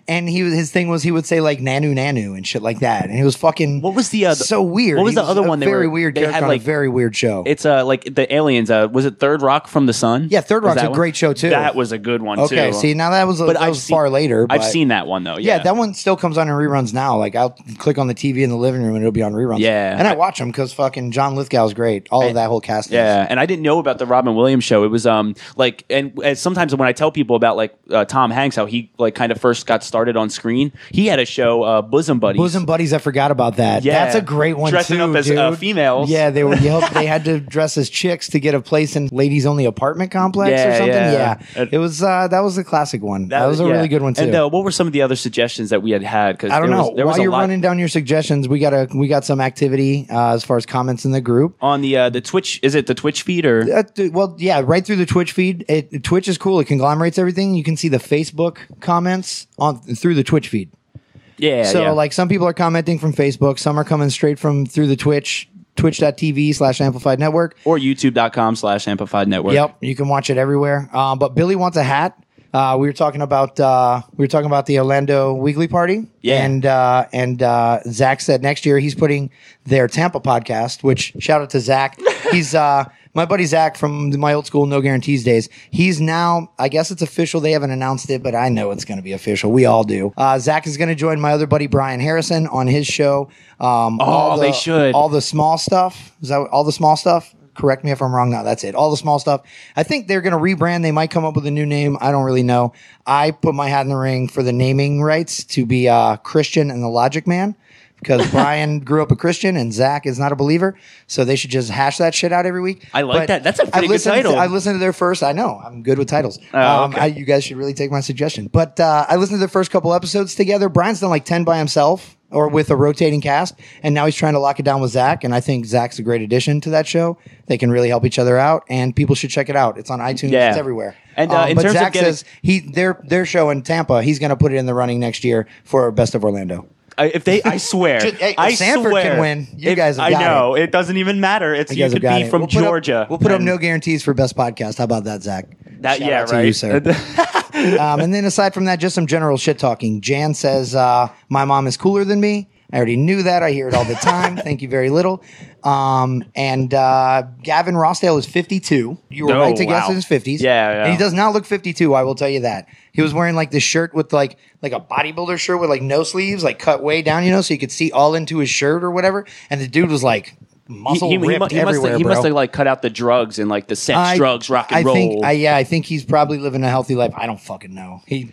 D: and he was his thing was he would say like nanu nanu and shit like that, and he was fucking
C: What was the other-
D: so weird?
C: what was
D: He
C: the other
D: a
C: one they
D: Very
C: were-
D: weird.
C: they
D: character
C: had,
D: on
C: like-
D: a very weird show.
C: it's uh like the aliens? Uh, was it Third Rock from the Sun?
D: Yeah, Third
C: Was
D: Rock's
C: that
D: a
C: one?
D: great show, too.
C: That was a good one too.
D: okay, see now that was a, that was far
C: seen,
D: later.
C: I've
D: but-
C: seen that one though.
D: Yeah.
C: Yeah,
D: that one still comes on in reruns now. Like I'll click on the TV in the living room and it'll be on reruns.
C: Yeah.
D: and I watch them because fucking John Lithgow's great. All of that whole cast. is.
C: Yeah, and I didn't know about the Robin Williams show. It was um like and, and sometimes when I tell people about like uh, Tom Hanks how he like kind of first got started on screen, he had a show uh, Bosom Buddies.
D: bosom buddies. I forgot about that.
C: Yeah.
D: that's a great one.
C: Dressing
D: too,
C: up as,
D: dude.
C: uh, females.
D: Yeah, they were. yep, they had to dress as chicks to get a place in ladies only apartment complex
C: Yeah,
D: or something.
C: yeah.
D: Yeah,
C: And-
D: it was. Uh, that was the classic one. That, was a
C: yeah.
D: really good one too.
C: And uh, what were some of the other suggestions that we had had? Because
D: I don't know.
C: Was, there
D: While
C: was a
D: you're
C: lot
D: running down your suggestions, we got a we got some activity uh, as far as comments in the group.
C: on the uh, the Twitch. Is it the Twitch feed or?
D: Uh, th- well, yeah, right through the Twitch feed. It, Twitch is cool; it conglomerates everything. You can see the Facebook comments on through the Twitch feed.
C: Yeah.
D: so,
C: yeah.
D: like, some people are commenting from Facebook, some are coming straight from through the Twitch twitch.tv slash amplified network.
C: or youtube.com slash amplified network.
D: Yep, you can watch it everywhere. Um, but Billy wants a hat. Uh, we were talking about uh, we were talking about the Orlando Weekly Party,
C: Yeah.
D: and uh, and uh, Zach said next year he's putting their Tampa podcast. Which shout out to Zach. he's uh, my buddy Zach from my old school No Guarantees days. He's now I guess it's official. They haven't announced it, but I know it's going to be official. We all do. Uh, Zach is going to join my other buddy Brian Harrison on his show. Um, oh,
C: they should.
D: all the small stuff. Is that what- all the small stuff? Correct me if I'm wrong. No, that's it. All the small stuff. I think they're going to rebrand. They might come up with a new name. I don't really know. I put my hat in the ring for the naming rights to be uh, Christian and the Logic Man because Brian grew up a Christian and Zach is not a believer. So they should just hash that shit out every week.
C: I like that. That's a
D: I
C: pretty good
D: listened
C: title.
D: To, I listened to their first. I know I'm good with titles. um,
C: Oh, okay.
D: I, you guys should really take my suggestion. But uh, I listened to their first couple episodes together. Brian's done like ten by himself or with a rotating cast, and now he's trying to lock it down with Zach. And I think Zach's a great addition to that show. They can really help each other out, and people should check it out. It's on iTunes.
C: Yeah.
D: It's everywhere.
C: And, uh,
D: Um,
C: in
D: but
C: terms of
D: Zach
C: getting-
D: says he their their show in Tampa, he's going to put it in the running next year for Best of Orlando.
C: I- if they, I swear,
D: Just- hey, if
C: I
D: Sanford
C: swear,
D: can win, you
C: if-
D: guys have
C: I
D: got
C: know it. doesn't even matter. It's
D: You
C: you,
D: guys
C: could
D: have got
C: be
D: it.
C: from
D: We'll put up-
C: Georgia.
D: we'll put up
C: And
D: no guarantees for Best Podcast. How about that, Zach?
C: that.
D: Shout
C: yeah,
D: out to
C: right.
D: you, sir. um, and then aside from that, just some general shit talking. Jan says, uh, "My mom is cooler than me." I already knew that. I hear it all the time. Thank you very little. Um, and uh, Gavin Rossdale is 52. You were
C: Oh,
D: right to guess
C: wow.
D: in his 50s.
C: Yeah, yeah.
D: And he does not look 52. I will tell you that. He was wearing like this shirt with like like a bodybuilder shirt with like no sleeves, like cut way down, you know, so you could see all into his shirt or whatever. And the dude was like muscle
C: he, he, he, mu-
D: ripped
C: he must
D: everywhere,
C: have, he
D: bro.
C: must have like cut out the drugs and like the sex, drugs, rock and
D: I
C: roll.
D: Think, I, yeah, I think he's probably living a healthy life. I don't fucking know. He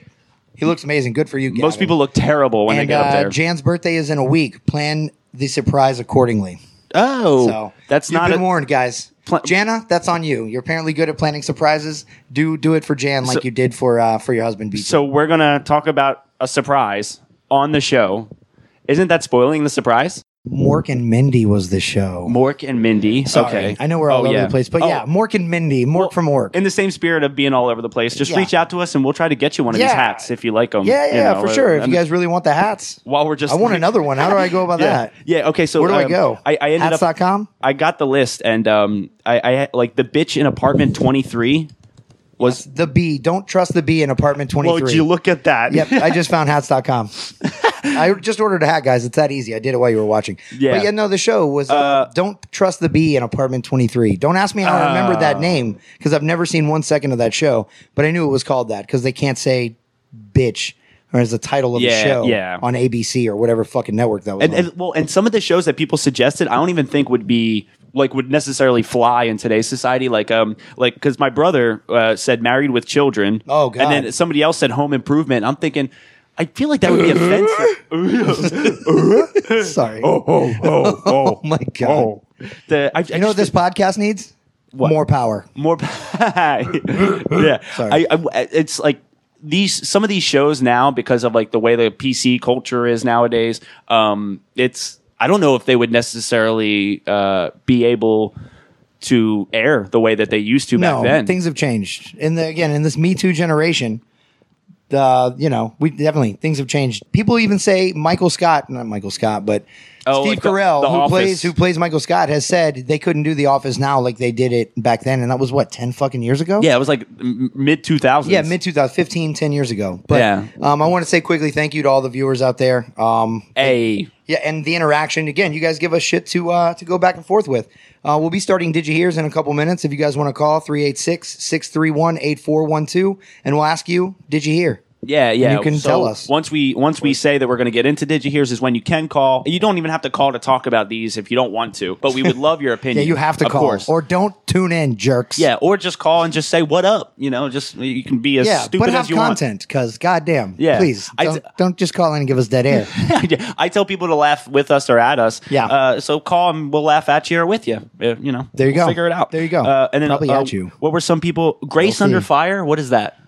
D: he looks amazing. Good for you. Gavin.
C: Most people look terrible when
D: and,
C: they get
D: uh,
C: up there.
D: Jan's birthday is in a week. Plan the surprise accordingly.
C: oh,
D: So
C: that's
D: you've
C: not
D: been
C: a,
D: warned, guys.
C: Pla-
D: Jana, that's on you. You're apparently good at planning surprises. Do do it for Jan like
C: So-
D: you did for uh, for your husband. BT.
C: So we're gonna talk about a surprise on the show. Isn't that spoiling the surprise?
D: Mork and Mindy was the show.
C: Mork and Mindy.
D: Sorry.
C: Okay,
D: I know we're all
C: Oh,
D: over
C: yeah.
D: the place, but
C: Oh,
D: yeah, Mork and Mindy, Mork
C: well,
D: from Mork.
C: In the same spirit of being all over the place, just
D: Yeah.
C: reach out to us and we'll try to get you one of these
D: Yeah.
C: hats if you like them.
D: yeah, yeah, for sure. If you guys really want the hats,
C: while we're just
D: I want another one. How do I go about
C: Yeah.
D: that?
C: Yeah. Okay. So
D: Where do I
C: um,
D: go?
C: I, I ended up.
D: Hats.com?
C: I got the list, and um, I, I had- like the bitch in apartment twenty three was.
D: The B. Don't trust the B in apartment 23.
C: look at that?
D: yep, I just found hats.com. I just ordered a hat, guys. It's that easy. I did it while you were watching.
C: Yeah.
D: But yeah, no, the show was uh, Don't Trust the Bee in Apartment 23. Don't ask me how I remembered
C: Ah.
D: that name because I've never seen one second of that show, but I knew it was called that because they can't say bitch or as the title of
C: Yeah,
D: the show
C: yeah.
D: on ABC or whatever fucking network that was.
C: and,
D: on.
C: and well, and some of the shows that people suggested, I don't even think would be like would necessarily fly in today's society. Like, um, like because my brother uh, said Married with Children.
D: Oh, God.
C: And then somebody else said Home Improvement. I'm thinking, I feel like that would be offensive.
D: Sorry.
B: Oh, oh, oh.
D: my God.
C: The- I,
D: you know what this podcast needs? More power.
C: more. yeah,
D: Sorry.
C: I, I- it's like these some of these shows now because of like the way the PC culture is nowadays. Um, it's I don't know if they would necessarily uh, be able to air the way that they used to back
D: no,
C: then.
D: things have changed. In the again in this Me Too generation, uh, you know, we definitely things have changed. People even say Michael Scott, not Michael Scott, but
C: Oh,
D: Steve
C: like the-
D: Carell,
C: The
D: who
C: Office.
D: plays who plays Michael Scott, has said they couldn't do The Office now like they did it back then, and that was what ten fucking years ago.
C: yeah, it was like m- mid two thousands.
D: Yeah, mid 2015, 10 years ago. But
C: Yeah.
D: um, I want to say quickly thank you to all the viewers out there. Um,
C: a.
D: yeah, and the interaction again. You guys give us shit to uh, to go back and forth with. Uh, we'll be starting DigiHears in a couple minutes. If you guys want to call 386-631-8412 and we'll ask you, did you hear?
C: Yeah, yeah.
D: you can
C: So
D: tell us.
C: once we once we say that we're going to get into DigiHears is when you can call. You don't even have to call to talk about these if you don't want to. But we would love your
D: Yeah,
C: opinion.
D: you have to
C: of
D: call
C: course.
D: or don't tune in, jerks.
C: Yeah, or just call and just say what up. You know, just you can be as
D: Yeah,
C: stupid
D: but have
C: as you
D: content because goddamn,
C: Yeah.
D: please
C: I
D: don't,
C: t-
D: don't just call in and give us dead air.
C: want. Yeah, I tell people to laugh with us or at us.
D: Yeah.
C: Uh, so call and we'll laugh at you or with you. Uh, You know.
D: There you
C: we'll
D: go.
C: Figure it out.
D: There you go.
C: Uh, and then
D: Probably
C: uh,
D: at you.
C: What were some people? Grace
D: We'll
C: Under
D: see.
C: Fire. What is that?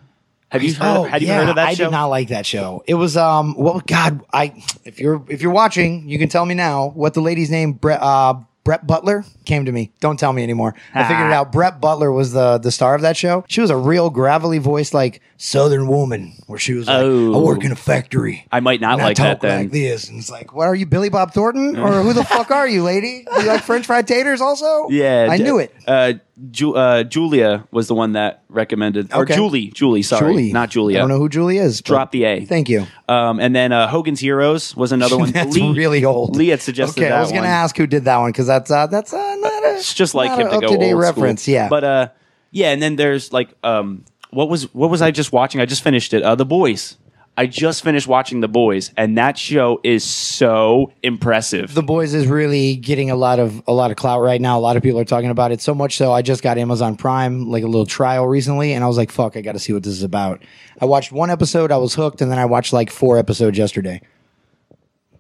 C: Have you heard?
D: Oh,
C: had you
D: yeah,
C: heard of that
D: I
C: show?
D: did not like that show. It was um. Well, God, I if you're if you're watching, you can tell me now what the lady's name. Brett uh, Brett Butler came to me. Don't tell me anymore. I figured
C: Ah.
D: it out. Brett Butler was the the star of that show. She was a real gravelly voiced like Southern woman, where she was like,
C: Oh.
D: "I work in a factory."
C: I might not
D: and
C: like
D: I
C: that
D: talk
C: then.
D: like this, and it's like, "What are you, Billy Bob Thornton, or who the fuck are you, lady? Do you like French fried taters also?"
C: Yeah,
D: I
C: d-
D: knew it.
C: Uh, Ju- uh, Julia was the one that recommended, or
D: Okay.
C: Julie, Julie, sorry,
D: Julie,
C: not Julia.
D: I don't know who Julie is. but
C: Drop the A.
D: Thank you.
C: Um, and then uh, Hogan's Heroes was another one.
D: That's really old.
C: Lee had suggested
D: Okay,
C: that
D: I was going
C: one.
D: to ask who did that one because that's uh, that's uh, not a
C: It's just like
D: not
C: him
D: a
C: to go
D: up-to-date
C: old
D: reference.
C: school.
D: Yeah,
C: but uh, yeah, and then there's like um, what was what was I just watching? I just finished it. Uh, the Boys. I just finished watching The Boys, and that show is so impressive.
D: the boys is really getting a lot of a lot of clout right now. A lot of people are talking about it so much so I just got Amazon Prime like a little trial recently, and I was like, "Fuck, I got to see what this is about." I watched one episode, I was hooked, and then I watched like four episodes yesterday.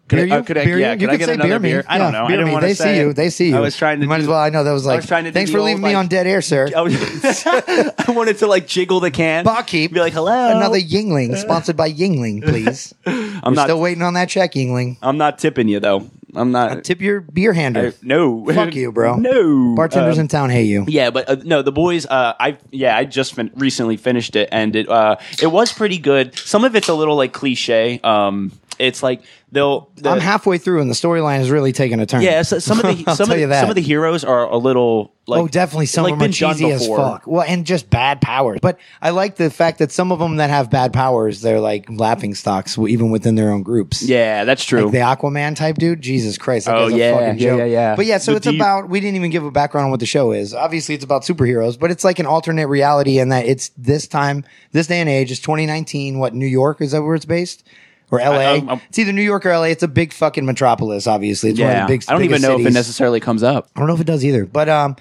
C: Could I-
D: Beer
C: uh,
D: you?
C: could I-
D: Beer
C: yeah,
D: you?
C: could
D: You
C: I
D: could
C: get
D: say
C: another
D: beer me.
C: beer? I don't
D: Yeah,
C: know. I
D: beer
C: didn't
D: me.
C: wanna
D: They
C: say
D: see you.
C: it.
D: They see you.
C: I was trying to
D: Might
C: do-
D: as well. I know that was
C: I
D: like.
C: was trying to do
D: thanks
C: the
D: for
C: old,
D: leaving me
C: like-
D: on dead air, sir.
C: I, was- I wanted to like jiggle the can,
D: Barkeep,
C: be like, "Hello."
D: Another Yingling, sponsored by Yingling, please. I'm
C: not-
D: still waiting on that check, Yingling.
C: I'm not tipping you though. I'm not.
D: Tip your beer hander.
C: I- no.
D: Fuck you, bro.
C: no.
D: Bartenders
C: Um,
D: in town hate you.
C: Yeah, but uh, no, the boys. Uh, I yeah, I just fin- recently finished it, and it uh, it was pretty good. Some of it's a little like cliche. Um, it's like they'll. the-
D: I'm halfway through, and the storyline is really taking a turn.
C: yeah, so some of the
D: I'll
C: some of,
D: tell you that.
C: some of the heroes are a little like
D: oh, definitely. Some
C: like
D: of them are
C: been done
D: cheesy as
C: before.
D: fuck. Well, and just bad powers. But I like the fact that some of them that have bad powers, they're like laughing stocks, even within their own groups.
C: Yeah, that's true.
D: Like the Aquaman type dude, Jesus Christ! That
C: Oh,
D: guy's a
C: yeah,
D: fucking
C: yeah,
D: joke.
C: yeah, yeah.
D: But yeah, so
C: The
D: it's
C: deep-
D: about. We didn't even give a background on what the show is. Obviously, it's about superheroes, but it's like an alternate reality in that it's this time, this day and age. It's 2019. What New York is that where it's based? Or LA?
C: I- um, I'm- I'm-
D: it's either New York or LA. It's a big fucking metropolis. Obviously, it's one
C: yeah,
D: of the big.
C: I don't even
D: biggest
C: know if it
D: cities.
C: necessarily comes up.
D: I don't know if it does either, but um,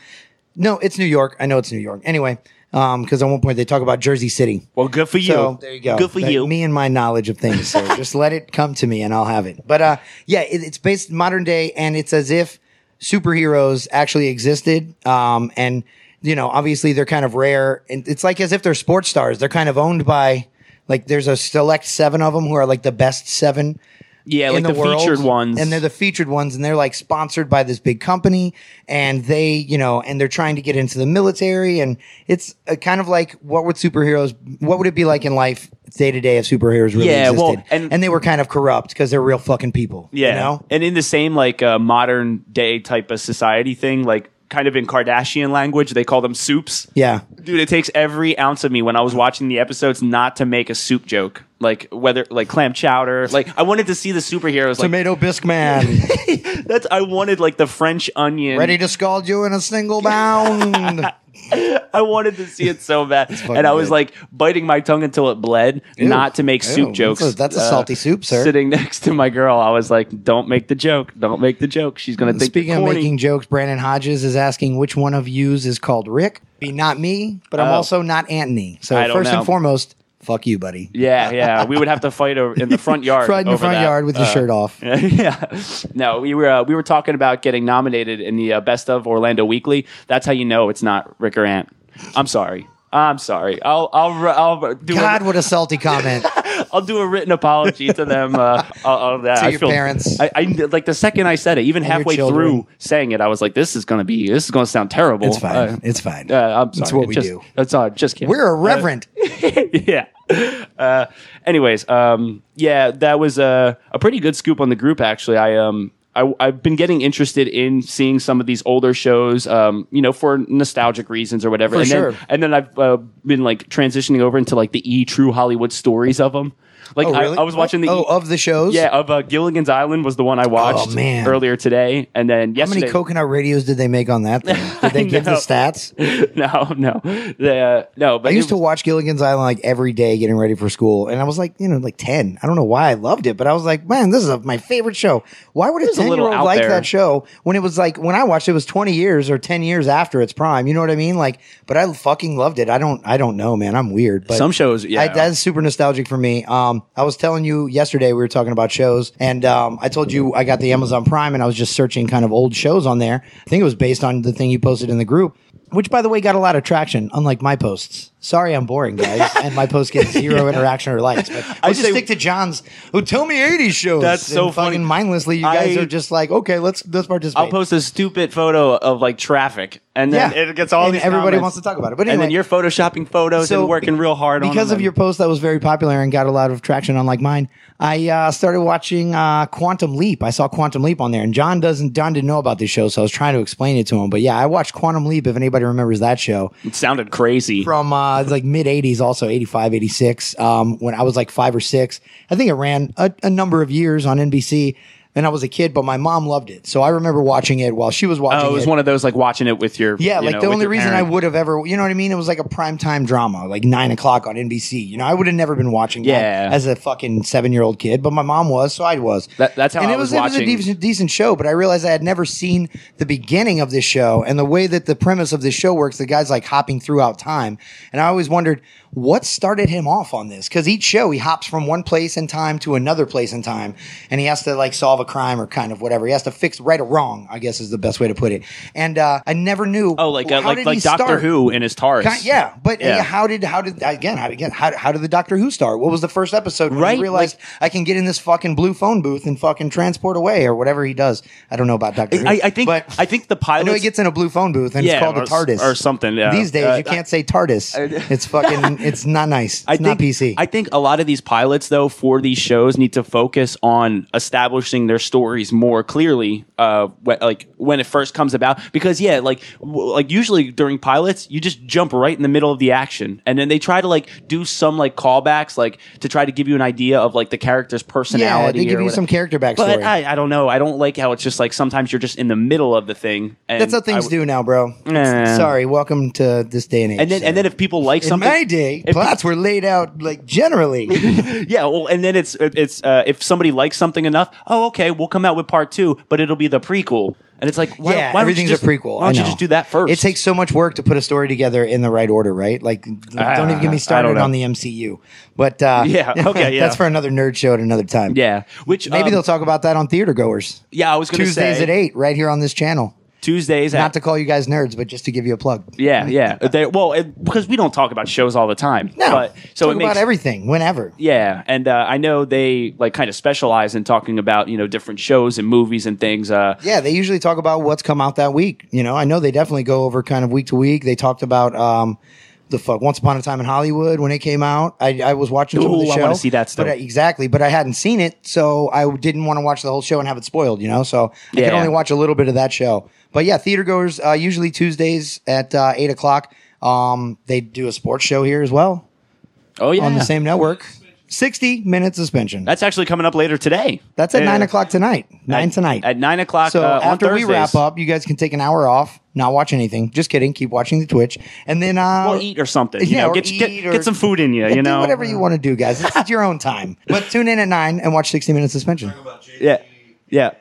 D: no, it's New York. I know it's New York. Anyway, um, because at one point they talk about Jersey City.
C: Well, good for you.
D: So there you go.
C: Good for
D: That-
C: you.
D: Me and my knowledge of things. So just let it come to me, and I'll have it. But uh, yeah, it, it's based modern day, and it's as if superheroes actually existed. Um, and you know, obviously they're kind of rare, and it's like as if they're sports stars. They're kind of owned by like there's a select seven of them who are like the best seven
C: yeah, like
D: in
C: the,
D: world,
C: featured ones.
D: and they're the featured ones, and they're like sponsored by this big company, and they, you know, and they're trying to get into the military, and it's uh kind of like what would superheroes, what would it be like in life day to day if superheroes really
C: Yeah,
D: existed,
C: well,
D: and,
C: and-
D: they were kind of corrupt because they're real fucking people,
C: Yeah.
D: you know,
C: And in the same like uh, modern day type of society thing, like kind of in Kardashian language, they call them soups.
D: yeah.
C: Dude, it takes every ounce of me when I was watching the episodes not to make a soup joke. Like whether like clam chowder, like I wanted to see the superheroes. Like
D: Tomato bisque man,
C: that's I wanted like the French onion.
D: ready to scald you in a single bound.
C: I wanted to see it so bad, and I was
D: good.
C: like biting my tongue until it bled,
D: Ew.
C: not to make
D: Ew,
C: soup jokes. uh,
D: that's a- that's a salty soup, sir.
C: Sitting next to my girl, I was like, "Don't make the joke. Don't make the joke. She's gonna think
D: Mm, Speaking
C: you're
D: of
C: corny."
D: making jokes, Brandon Hodges is asking which one of yous is called Rick. Be not me, but I'm
C: Oh.
D: also not Anthony. So
C: I don't
D: first
C: know.
D: and foremost, fuck you, buddy.
C: Yeah, yeah. We would have to fight over in the front yard.
D: Front in the
C: over
D: front
C: that.
D: yard with your
C: Uh,
D: shirt off.
C: yeah. No, we were uh, we were talking about getting nominated in the uh, Best of Orlando Weekly. That's how you know it's not Rick or Ant. I'm sorry. I'm sorry. I'll I'll ri- I'll do
D: God,
C: a,
D: what a salty comment.
C: I'll do a written apology to them. Uh, of that.
D: To
C: I
D: your parents.
C: I, I like the second I said it, even
D: your
C: halfway
D: children.
C: through saying it, I was like, "This is gonna be. This is gonna sound terrible."
D: It's fine.
C: Uh,
D: it's fine.
C: uh, I'm sorry.
D: It's what
C: It
D: we
C: just-
D: do.
C: That's all. Just kidding.
D: We're a
C: Uh,
D: reverend.
C: yeah. Uh, anyways, um, yeah, that was a, a pretty good scoop on the group. Actually, I um, I, I've been getting interested in seeing some of these older shows, um, you know, for nostalgic reasons or whatever.
D: For
C: and
D: sure.
C: then and then I've uh, been like transitioning over into like the e true Hollywood stories of them. Like
D: oh, really?
C: I, I was watching the
D: Oh,
C: E!
D: of the shows?
C: yeah of uh, Gilligan's Island was the one I watched
D: man.
C: earlier today, and then
D: How many
C: yesterday.
D: coconut radios did they make on that thing? Did they give the
C: know.
D: stats?
C: no, no, The, uh, no. But
D: I
C: it
D: used to
C: was-
D: watch Gilligan's Island like every day getting ready for school. And I was like, you know, like 10. I don't know why I loved it, but I was like, man, this is a, my favorite show. Why would a
C: a
D: 10
C: little
D: year old
C: out
D: like
C: there.
D: that show when it was like, when I watched it, it was 20 years or 10 years after its prime? You know what I mean? Like, but I fucking loved it. I don't, I don't know, man. I'm weird. But
C: Some shows, yeah.
D: I, that's super nostalgic for me. Um, I was telling you yesterday, we were talking about shows, and um, I told you I got the Amazon Prime and I was just searching kind of old shows on there. I think it was based on the thing you posted in the group, which, by the way, got a lot of traction, unlike my posts. Sorry, I'm boring, guys, and my posts get zero interaction or likes. But I just
C: say-
D: stick to John's, who tell me 80s shows.
C: That's
D: and
C: so funny.
D: Fucking mindlessly, you guys
C: I-
D: are just like, okay, let's let's participate.
C: I'll post a stupid photo of like traffic, and then it gets all
D: and
C: these.
D: everybody
C: comments.
D: wants to talk about it. But
C: and
D: anyway,
C: then you're photoshopping photos and working real hard on
D: because
C: them
D: of your post that was very popular and got a lot of traction unlike mine i uh, started watching uh, quantum leap i saw quantum leap on there and john doesn't john didn't know about this show so i was trying to explain it to him but yeah i watched quantum leap if anybody remembers that show
C: It sounded crazy.
D: from uh, it's like mid 80s also 85 86 um, when i was like five or six i think it ran a, a number of years on nbc and i was a kid but my mom loved it so i remember watching it while she was watching
C: oh, it was one of those like watching it with your
D: yeah,
C: you
D: like
C: know,
D: the
C: with
D: only
C: your
D: reason I
C: parent.
D: would have ever, you know what I mean? It was like a primetime drama, like nine o'clock on NBC. You know, I would have never been watching
C: Yeah.
D: that as a fucking seven year old kid, but my mom was, so I was.
C: That- that's how
D: and
C: I
D: it was,
C: was
D: It was a
C: watching-
D: decent, decent show, but I realized I had never seen the beginning of this show and the way that the premise of this show works. The guy's like hopping throughout time, and I always wondered what started him off on this because each show he hops from one place in time to another place in time, and he has to like solve solve a crime or kind of whatever. He has to fix right or wrong, I guess is the best way to put it. And uh, I never knew.
C: Oh, like uh,
D: how
C: like
D: did
C: like
D: he
C: Doctor
D: start?
C: Who in his TARS.
D: Kind- yeah, but uh,
C: Yeah.
D: how did how did again how again how, how did the Doctor Who start? What was the first episode when
C: Right,
D: he realized I can get in this fucking blue phone booth and fucking transport away or whatever he does? I don't know about Doctor Who.
C: I, I think
D: but
C: I think the
D: I
C: pilot.
D: know he gets in a blue phone booth and
C: Yeah,
D: it's called
C: or
D: a
C: s-
D: TARDIS
C: or something, yeah.
D: These days
C: Uh,
D: you can't say TARDIS. it's fucking. It's not nice. It's
C: I
D: not
C: think,
D: PC.
C: I think a lot of these pilots, though, for these shows, need to focus on establishing their stories more clearly. Uh, wh- like when it first comes about, because yeah, like w- like usually during pilots, you just jump right in the middle of the action, and then they try to like do some like callbacks, like to try to give you an idea of like the character's
D: yeah,
C: personality.
D: they give
C: or
D: you
C: whatever.
D: some character backstory.
C: But I, I don't know. I don't like how it's just like sometimes you're just in the middle of the thing. And
D: That's how
C: I
D: things
C: w-
D: do now, bro.
C: Nah.
D: Sorry, welcome to this day and age.
C: And then and then if people like
D: in
C: something,
D: my day,
C: if-
D: plots were laid out like generally.
C: yeah, well, and then it's it's uh, if somebody likes something enough, oh, okay, we'll come out with part two, but it'll be the prequel, and it's like, why,
D: yeah,
C: why don't you
D: everything's
C: just-
D: a prequel.
C: Why don't
D: I
C: you
D: know.
C: just do that first?
D: It takes so much work to put a story together in the right order, right? Like, don't even get
C: I
D: me
C: don't
D: started
C: know.
D: on the MCU. But uh,
C: Yeah, okay, yeah.
D: that's for another nerd show at another time.
C: yeah, which
D: maybe
C: um,
D: they'll talk about that on Theater Goers.
C: Yeah, I was going to say
D: Tuesdays at eight, right here on this channel.
C: Tuesdays at
D: Not to call you guys nerds, but just to give you a plug.
C: yeah, yeah. They, well, it, because we don't talk about shows all the time.
D: No,
C: but, so
D: talk
C: it makes
D: about everything whenever.
C: Yeah, and uh, I know they like kind of specialize in talking about you know different shows and movies and things. Uh,
D: Yeah, they usually talk about what's come out that week. You know, I know they definitely go over kind of week to week. They talked about um, the fuck Once Upon a Time in Hollywood when it came out. I, I was watching some of the
C: Ooh, I
D: show.
C: wanna see that still.
D: But I- exactly, but I hadn't seen it, so I didn't want to watch the whole show and have it spoiled. You know, so I
C: Yeah.
D: could only watch a little bit of that show. But yeah, theater goers uh, usually Tuesdays at uh, eight o'clock. Um, they do a sports show here as well
C: oh yeah,
D: on the same network. Sixty minute suspension.
C: That's actually coming up later today.
D: That's at
C: Yeah.
D: nine o'clock tonight. Nine tonight.
C: At nine o'clock.
D: So
C: uh, on
D: after we
C: Thursdays.
D: wrap up, you guys can take an hour off, not watch anything. Just kidding. Keep watching the Twitch, and then uh,
C: or eat or something. You
D: Yeah,
C: know,
D: or
C: get, get,
D: eat or-
C: get some food in you.
D: and
C: you
D: do
C: know,
D: whatever you want to do, guys. It's, it's your own time. But tune in at nine and watch sixty minutes suspension.
C: Yeah, yeah.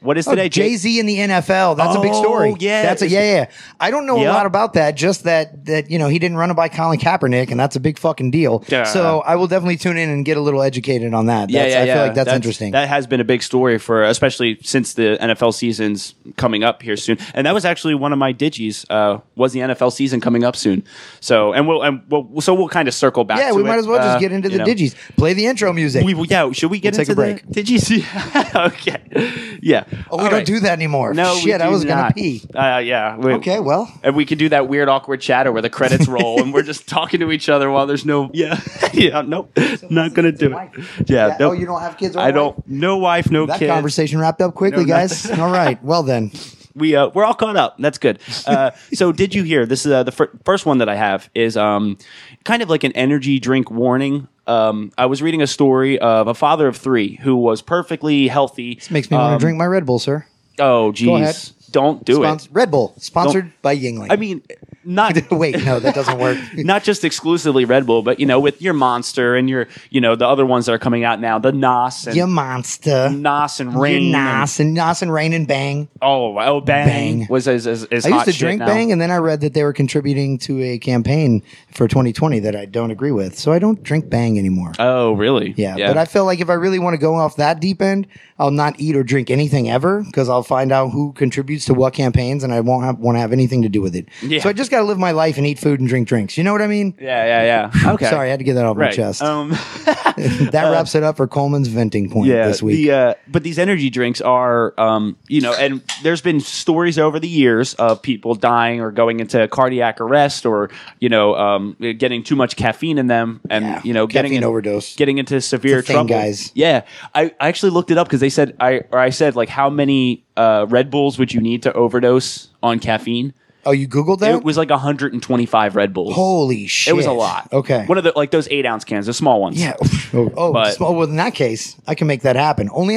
C: What is today?
D: Jay Z in the NFL. That's a big
C: Oh,
D: story.
C: yeah.
D: that's a, yeah, yeah. I don't know
C: Yep.
D: a lot about that. Just that that you know he didn't run it by Colin Kaepernick, and that's a big fucking deal.
C: Yeah.
D: So I will definitely tune in and get a little educated on that.
C: Yeah,
D: That's,
C: yeah,
D: I
C: yeah.
D: feel like that's, interesting.
C: That has been a big story for, especially since the NFL season's coming up here soon. And that was actually one of my digis. Uh, was the NFL season coming up soon? So and we'll and we'll, so we'll kind of circle back.
D: yeah,
C: to
D: we
C: it,
D: might as well
C: uh,
D: just get into
C: you
D: the
C: know.
D: digis. Play the intro music.
C: We, we- yeah, should we get
D: We'll take
C: into
D: a break.
C: The digis? okay. Yeah.
D: oh,
C: All
D: we don't
C: right.
D: do that anymore.
C: No, we
D: shit, I
C: do
D: was gonna
C: not.
D: pee.
C: Uh, yeah. we-
D: Okay, well.
C: and we can do that weird, awkward chatter where the credits roll and we're just talking to each other while there's no. Yeah, yeah. Nope, not gonna do it. Yeah.
D: Yeah,
C: nope.
D: oh, you don't have kids or a
C: I
D: wife?
C: don't. No wife, no
D: That
C: kids.
D: conversation wrapped up quickly,
C: No, not-
D: guys. All right. Well then,
C: We uh, we're all caught up. That's good. Uh, so did you hear? This is uh, the fir- first one that I have is um, kind of like an energy drink warning. Um, I was reading a story of a father of three who was perfectly healthy. This
D: makes me want to drink my Red Bull, sir.
C: Oh,
D: ahead.
C: geez. Don't Um, do
D: Spons-
C: it.
D: Red Bull, sponsored by Yingling.
C: I mean, not
D: wait, no, that doesn't work.
C: not just exclusively Red Bull, but you know, with your Monster and your, you know, the other ones that are coming out now, the Nos and
D: you monster.
C: Nos and
D: You
C: Rain. and-
D: Nas and Nas and Rain and Bang.
C: oh, oh, Bang,
D: Bang.
C: was as as, as
D: I used
C: hot
D: to
C: shit
D: drink
C: now.
D: Bang, and then I read that they were contributing to a campaign for 2020 that I don't agree with, so I don't drink Bang anymore.
C: Oh, really?
D: Yeah, but I feel like if I really want to go off that deep end, I'll not eat or drink anything ever because I'll find out who contributes to what campaigns, and I won't have, want to have anything to do with it.
C: Yeah.
D: So I just got to live my life and eat food and drink drinks. You know what I mean?
C: yeah, yeah, yeah. Okay,
D: Sorry, I had to get that off
C: right.
D: my chest.
C: Um, uh,
D: that wraps it up for Coleman's venting point
C: yeah,
D: this week.
C: The, uh, but these energy drinks are, um, you know, and there's been stories over the years of people dying or going into cardiac arrest or you know um, getting too much caffeine in them and
D: Yeah,
C: you know getting
D: caffeine
C: in-
D: overdose.
C: getting into severe
D: thing,
C: trouble,
D: guys.
C: Yeah, I, I actually looked it up because they said I or I said like how many uh, Red Bulls would you need to overdose on caffeine?
D: oh, you Googled that?
C: It was like 125 Red Bulls.
D: Holy shit.
C: it was a lot.
D: Okay.
C: one of the like those eight ounce cans, the small ones.
D: yeah. Oh, oh,
C: But-
D: small- well, in that case, I can make that happen. Only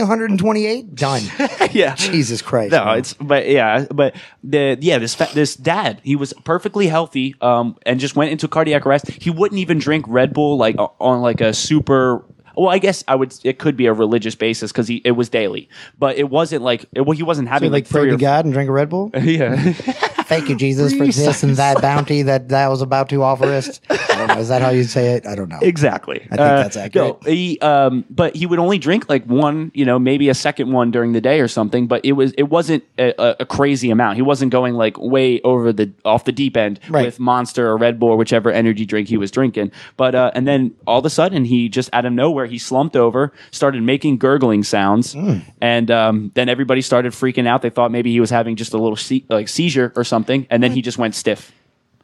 D: 128? Done.
C: yeah.
D: Jesus Christ.
C: No,
D: man.
C: it's but yeah, but the yeah this fa- this dad he was perfectly healthy um and just went into cardiac arrest. He wouldn't even drink Red Bull like o- on like a super. Well, I guess I would. It could be a religious basis because he it was daily, but it wasn't like it, well he wasn't
D: So
C: having
D: you, like
C: like three
D: pray
C: or
D: to God and drink a Red Bull?
C: yeah
D: Thank you, Jesus, for this and that bounty that that was about to offer us. I don't know. Is that how you say it? I don't know.
C: Exactly. I
D: think that's accurate.
C: he, um, but he would only drink like one, you know, maybe a second one during the day or something. But it was it wasn't a, a- a crazy amount. He wasn't going like way over the off the deep end
D: Right.
C: with Monster or Red Bull or whichever energy drink he was drinking. But uh, and then all of a sudden he just out of nowhere he slumped over, started making gurgling sounds,
D: Hmm.
C: and um, then everybody started freaking out. They thought maybe he was having just a little se- like seizure or something, and then he just went stiff.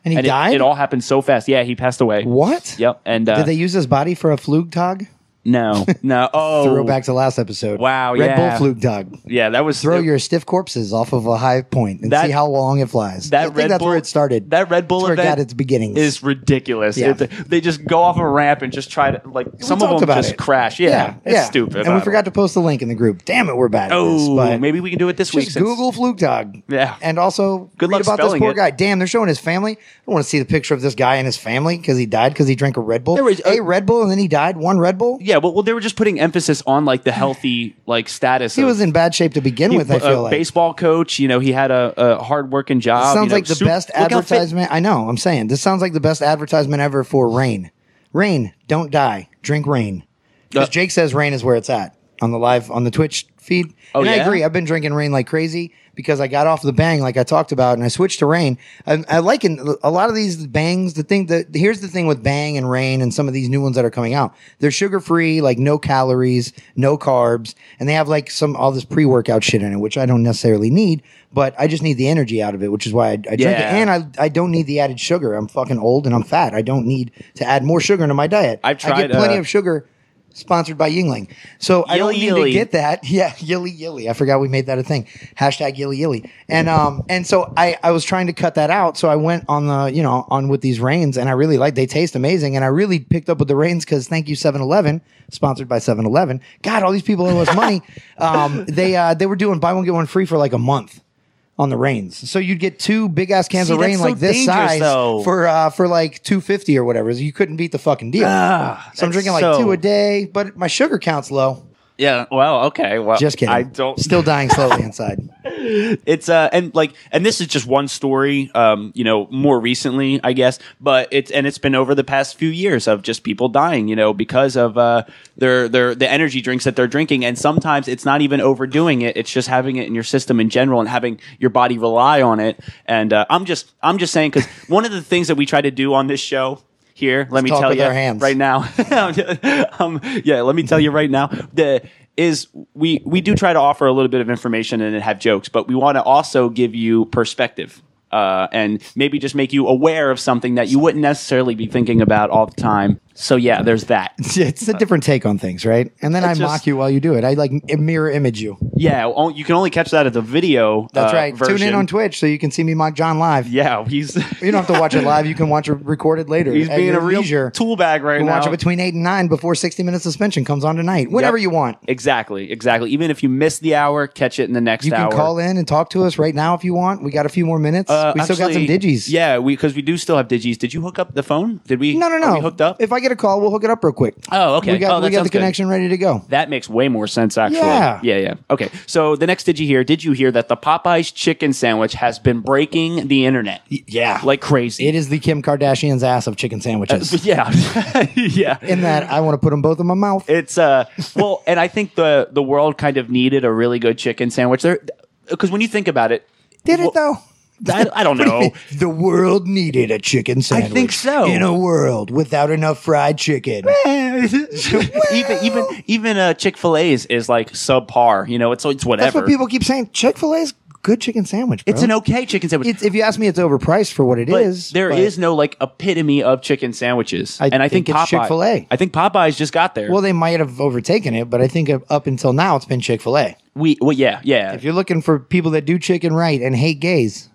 D: And he
C: and it-
D: died.
C: It, all happened so fast. Yeah, he passed away.
D: what?
C: Yep. And uh,
D: Did they use his body for a Flugtag?
C: no, no. Oh,
D: Throwback to last episode.
C: Wow,
D: Red
C: yeah.
D: Bull Flugtag.
C: Yeah, that was
D: Throw your stiff corpses off of a high point and
C: That-
D: see how long it flies.
C: that
D: I think
C: Red
D: that's
C: Bull
D: where it started.
C: That Red Bull
D: That's where it
C: event
D: got its beginnings.
C: is ridiculous.
D: Yeah.
C: It- they just go off a ramp and just try to like some of
D: talked
C: them
D: about
C: just
D: it.
C: crash. Yeah, it's stupid.
D: And
C: I
D: we
C: don't-
D: forgot to post the link in the group. Damn it, we're bad. at this,
C: Oh,
D: but
C: maybe we can do it this week.
D: just
C: since-
D: Google Flugtag.
C: Yeah.
D: and also
C: Good
D: read
C: luck
D: about this
C: spelling
D: poor
C: it.
D: guy. Damn, they're showing his family. I don't want to see the picture of this guy and his family because he died because he drank a Red Bull.
C: There was-
D: a Red Bull and then he died. One Red Bull.
C: Yeah, well, well, they were just putting emphasis on like the healthy like status.
D: He
C: of,
D: was in bad shape to begin
C: he-
D: with. I
C: a
D: feel like
C: baseball coach. You know, he had a, a hard working job.
D: sounds
C: you know,
D: like the
C: super-
D: best
C: look how fit-
D: advertisement. I know. I'm saying this sounds like the best advertisement ever for rain. Rain, don't die. Drink rain. Because
C: Uh,
D: Jake says rain is where it's at on the live on the Twitch feed.
C: Oh,
D: and I
C: yeah?
D: agree. I've been drinking rain like crazy because I got off the bang like I talked about, and I switched to rain. I, I like in, a lot of these bangs. The thing that here's the thing with bang and rain and some of these new ones that are coming out. They're sugar free, like no calories, no carbs, and they have like some all this pre workout shit in it, which I don't necessarily need, but I just need the energy out of it, which is why I, I drink it.
C: Yeah.
D: And I I don't need the added sugar. I'm fucking old and I'm fat. I don't need to add more sugar into my diet.
C: I've
D: I
C: tried,
D: get plenty
C: uh,
D: of sugar sponsored by Yingling. So I
C: Yilly
D: don't need to
C: Yilly.
D: get that. Yeah, Yilly Yilly. I forgot we made that a thing. Hashtag Yilly Yilly. And um and so I I was trying to cut that out. So I went on the you know on with these rains and I really like they taste amazing and I really picked up with the rains because thank you 7-Eleven sponsored by 7-Eleven. God, all these people owe us money. um, they uh they were doing buy one get one free for like a month. On the rains, so you'd get two big ass cans
C: See,
D: of
C: that's
D: rain
C: so
D: like this
C: dangerous,
D: size
C: though.
D: for uh, for like two fifty or whatever. You couldn't beat the fucking deal. so I'm
C: Ah, that's
D: drinking like
C: so-
D: two a day, but my sugar count's low.
C: Yeah. Well, okay. Well,
D: Just kidding.
C: I don't.
D: Still dying slowly inside.
C: it's uh and like and this is just one story um you know more recently i guess but it's and it's been over the past few years of just people dying you know because of uh their their the energy drinks that they're drinking and sometimes it's not even overdoing it it's just having it in your system in general and having your body rely on it and uh, i'm just i'm just saying because one of the things that we try to do on this show here let me
D: talk
C: tell
D: with
C: you
D: our hands.
C: right now um, yeah let me tell you right now the is we we do try to offer a little bit of information and have jokes but we want to also give you perspective uh, and maybe just make you aware of something that you wouldn't necessarily be thinking about all the time so yeah there's that
D: It's a different take on things, right? And then I
C: just-
D: mock you while you do it. I like mirror image you.
C: yeah o- you can only catch that at the video
D: That's
C: uh,
D: right. Tune in
C: version.
D: on Twitch so you can see me mock John live.
C: yeah he's
D: You don't have to watch it live. You can watch it recorded later.
C: he's
D: at
C: being
D: your
C: a real
D: leisure.
C: tool bag right
D: You can
C: now
D: watch it between eight and nine before sixty minutes suspension comes on tonight. Whenever
C: Yep.
D: you want.
C: exactly exactly even if you miss the hour catch it in the next
D: You can
C: hour
D: call in and talk to us right now if you want. We got a few more minutes.
C: Uh,
D: we still got some
C: actually,
D: digis.
C: Yeah, we because we do still have digis. Did you hook up the phone? Did we?
D: No, no,
C: are
D: no.
C: We hooked up.
D: If I get a call, we'll hook it up real quick.
C: Oh, okay.
D: We got,
C: Oh, that
D: we got the
C: sounds good.
D: connection ready to go.
C: that makes way more sense, actually.
D: Yeah.
C: yeah, yeah. Okay, so the next did you hear? Did you hear that the Popeyes chicken sandwich has been breaking the internet?
D: yeah.
C: like crazy.
D: It is the Kim Kardashian's ass of chicken sandwiches.
C: yeah, yeah.
D: In that, I want to put them both in my mouth.
C: It's uh well, and I think the the world kind of needed a really good chicken sandwich there because when you think about it,
D: Did
C: well,
D: it though?
C: I, I don't know.
D: The world needed a chicken sandwich.
C: think so. Eh,
D: In a world without enough fried chicken.
C: even even even uh, Chick Fil A's is like subpar. You know, it's it's whatever.
D: That's what people keep saying. Chick Fil A's good chicken sandwich. Bro.
C: It's an okay chicken sandwich.
D: It's if you ask me, it's overpriced for what it is.
C: but there
D: but-
C: is no like epitome of chicken sandwiches,
D: I
C: and I think,
D: think it's
C: Popeye-
D: Chick-fil-A.
C: I think Popeyes just got there.
D: Well, they might have overtaken it, but I think up until now it's been Chick Fil A.
C: we well, yeah, yeah,
D: If you're looking for people that do chicken right and hate gays,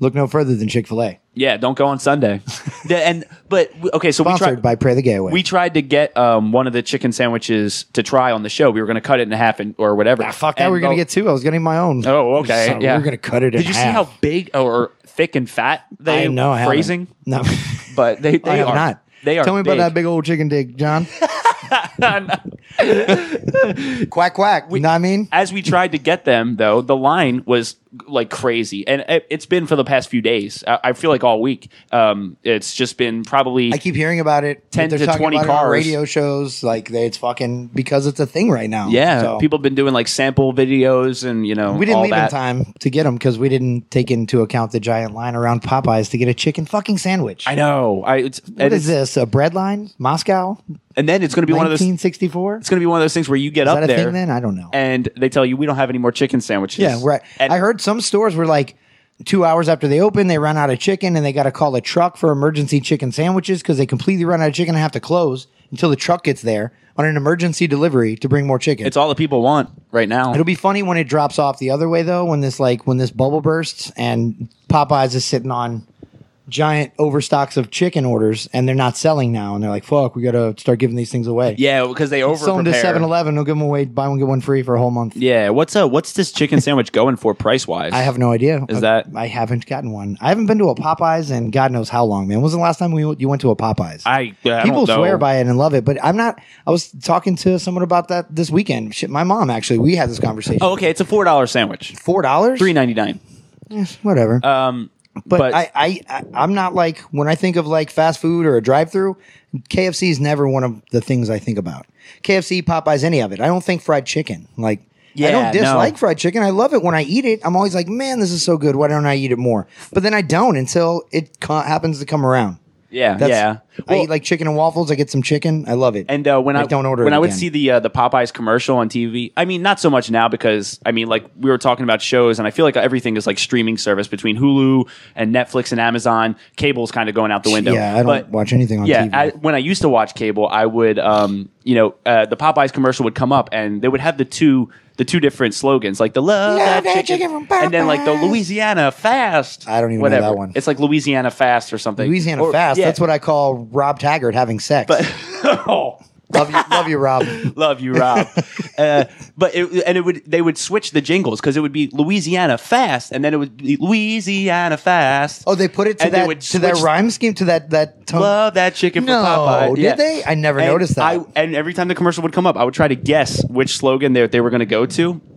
D: look no further than Chick Fil A.
C: yeah. Don't go on Sunday. The- and but okay, so we
D: Sponsored
C: tried.
D: by Pray the Gay Away.
C: we tried to get um, one of the chicken sandwiches to try on the show. We were going to cut it in half and, or whatever.
D: Fuck that.
C: And
D: We're gonna
C: go-
D: get two. I was getting my own.
C: Oh, okay.
D: So
C: yeah,
D: We're gonna cut it. In
C: Did you see
D: half.
C: how big or thick and fat they
D: I know I haven't.
C: phrasing?
D: No,
C: But they, they
D: I have
C: are
D: not.
C: They are.
D: Tell me
C: big.
D: about that big old chicken dick, John. quack quack. you know what I mean?
C: As we tried to get them, though, the line was like crazy, and it, it's been for the past few days. I, I feel like all week. Um, it's just been probably
D: I keep hearing about it.
C: 10
D: They're
C: to
D: talking
C: 20
D: about it on
C: cars.
D: radio shows. Like they, it's fucking because it's a thing right now.
C: yeah.
D: So-
C: People have been doing like sample videos, and you know
D: We didn't
C: all
D: leave
C: that.
D: in time to get them because we didn't take into account the giant line around Popeyes to get a chicken fucking sandwich.
C: I know. I it's,
D: what
C: and
D: is
C: it's-
D: this? A bread line? Moscow?
C: And then it's going to be one of those. It's
D: 1964? Is
C: going to be one of those things where you get
D: that
C: up
D: a
C: there.
D: thing then? I don't know.
C: and they tell you we don't have any more chicken sandwiches.
D: Yeah, right.
C: And
D: I heard some stores were like two hours after they open, they run out of chicken and they got to call a truck for emergency chicken sandwiches because they completely run out of chicken and have to close until the truck gets there on an emergency delivery to bring more chicken.
C: it's all the people want right now.
D: It'll be funny when it drops off the other way though, when this like when this bubble bursts and Popeyes is sitting on giant overstocks of chicken orders and they're not selling now and they're like, fuck, we gotta start giving these things away.
C: yeah, because they over
D: Sell them to 7 Eleven, they'll give them away, buy one, get one free for a whole month.
C: Yeah, what's uh what's this chicken sandwich going for price wise?
D: I have no idea.
C: Is
D: I-
C: that-
D: I haven't gotten one. I haven't been to a Popeyes in God knows how long, man. When was the last time we, you went to a Popeyes?
C: I, I don't
D: People
C: know.
D: swear by it and love it, but I'm not. I was talking to someone about that this weekend. Shit, my mom actually. We had this conversation.
C: Oh, okay, it's a four dollar sandwich,
D: Four dollars,
C: three ninety nine.
D: whatever.
C: Um,
D: But,
C: but,
D: I, I, I, I'm not like when I think of like fast food or a drive-through, KFC is never one of the things I think about. KFC, Popeyes, any of it. I don't think fried chicken. Like, I
C: Yeah,
D: don't dislike
C: no.
D: fried chicken. I love it when I eat it. I'm always like, man, this is so good. Why don't I eat it more? But then I don't until it co- happens to come around.
C: yeah,
D: That's,
C: yeah.
D: I
C: Well,
D: eat like chicken and waffles. I get some chicken. I love it.
C: And uh, when I,
D: I don't order
C: when
D: it
C: I would
D: again.
C: see the uh, the Popeyes commercial on TV, I mean, not so much now because I mean, like we were talking about shows, and I feel like everything is like streaming service between Hulu and Netflix and Amazon. Cable's kind of going out the window.
D: yeah, I don't
C: But-
D: watch anything on
C: yeah,
D: TV.
C: I, when I used to watch cable, I would, um, you know, uh, the Popeyes commercial would come up, and they would have the two the two different slogans, like the love,
D: Love
C: that
D: that
C: chicken,
D: chicken from
C: and then like the
D: Popeyes.
C: Louisiana fast.
D: I don't even know
C: whatever.
D: that one.
C: It's like Louisiana fast or something.
D: Louisiana
C: Or-
D: fast.
C: yeah.
D: That's what I call Rob Taggart having sex.
C: oh.
D: love you, love you, Rob.
C: Love you, Rob. uh, but it, and it would they would switch the jingles because it would be Louisiana fast, and then it would be Louisiana fast.
D: Oh, they put it to
C: And they
D: that
C: would
D: to that
C: switch-
D: rhyme scheme to that that tongue.
C: Love that chicken
D: No,
C: from Popeye.
D: did they? I never
C: And
D: noticed that.
C: I, and every time the commercial would come up, I would try to guess which slogan they, they were going to go to.
D: That's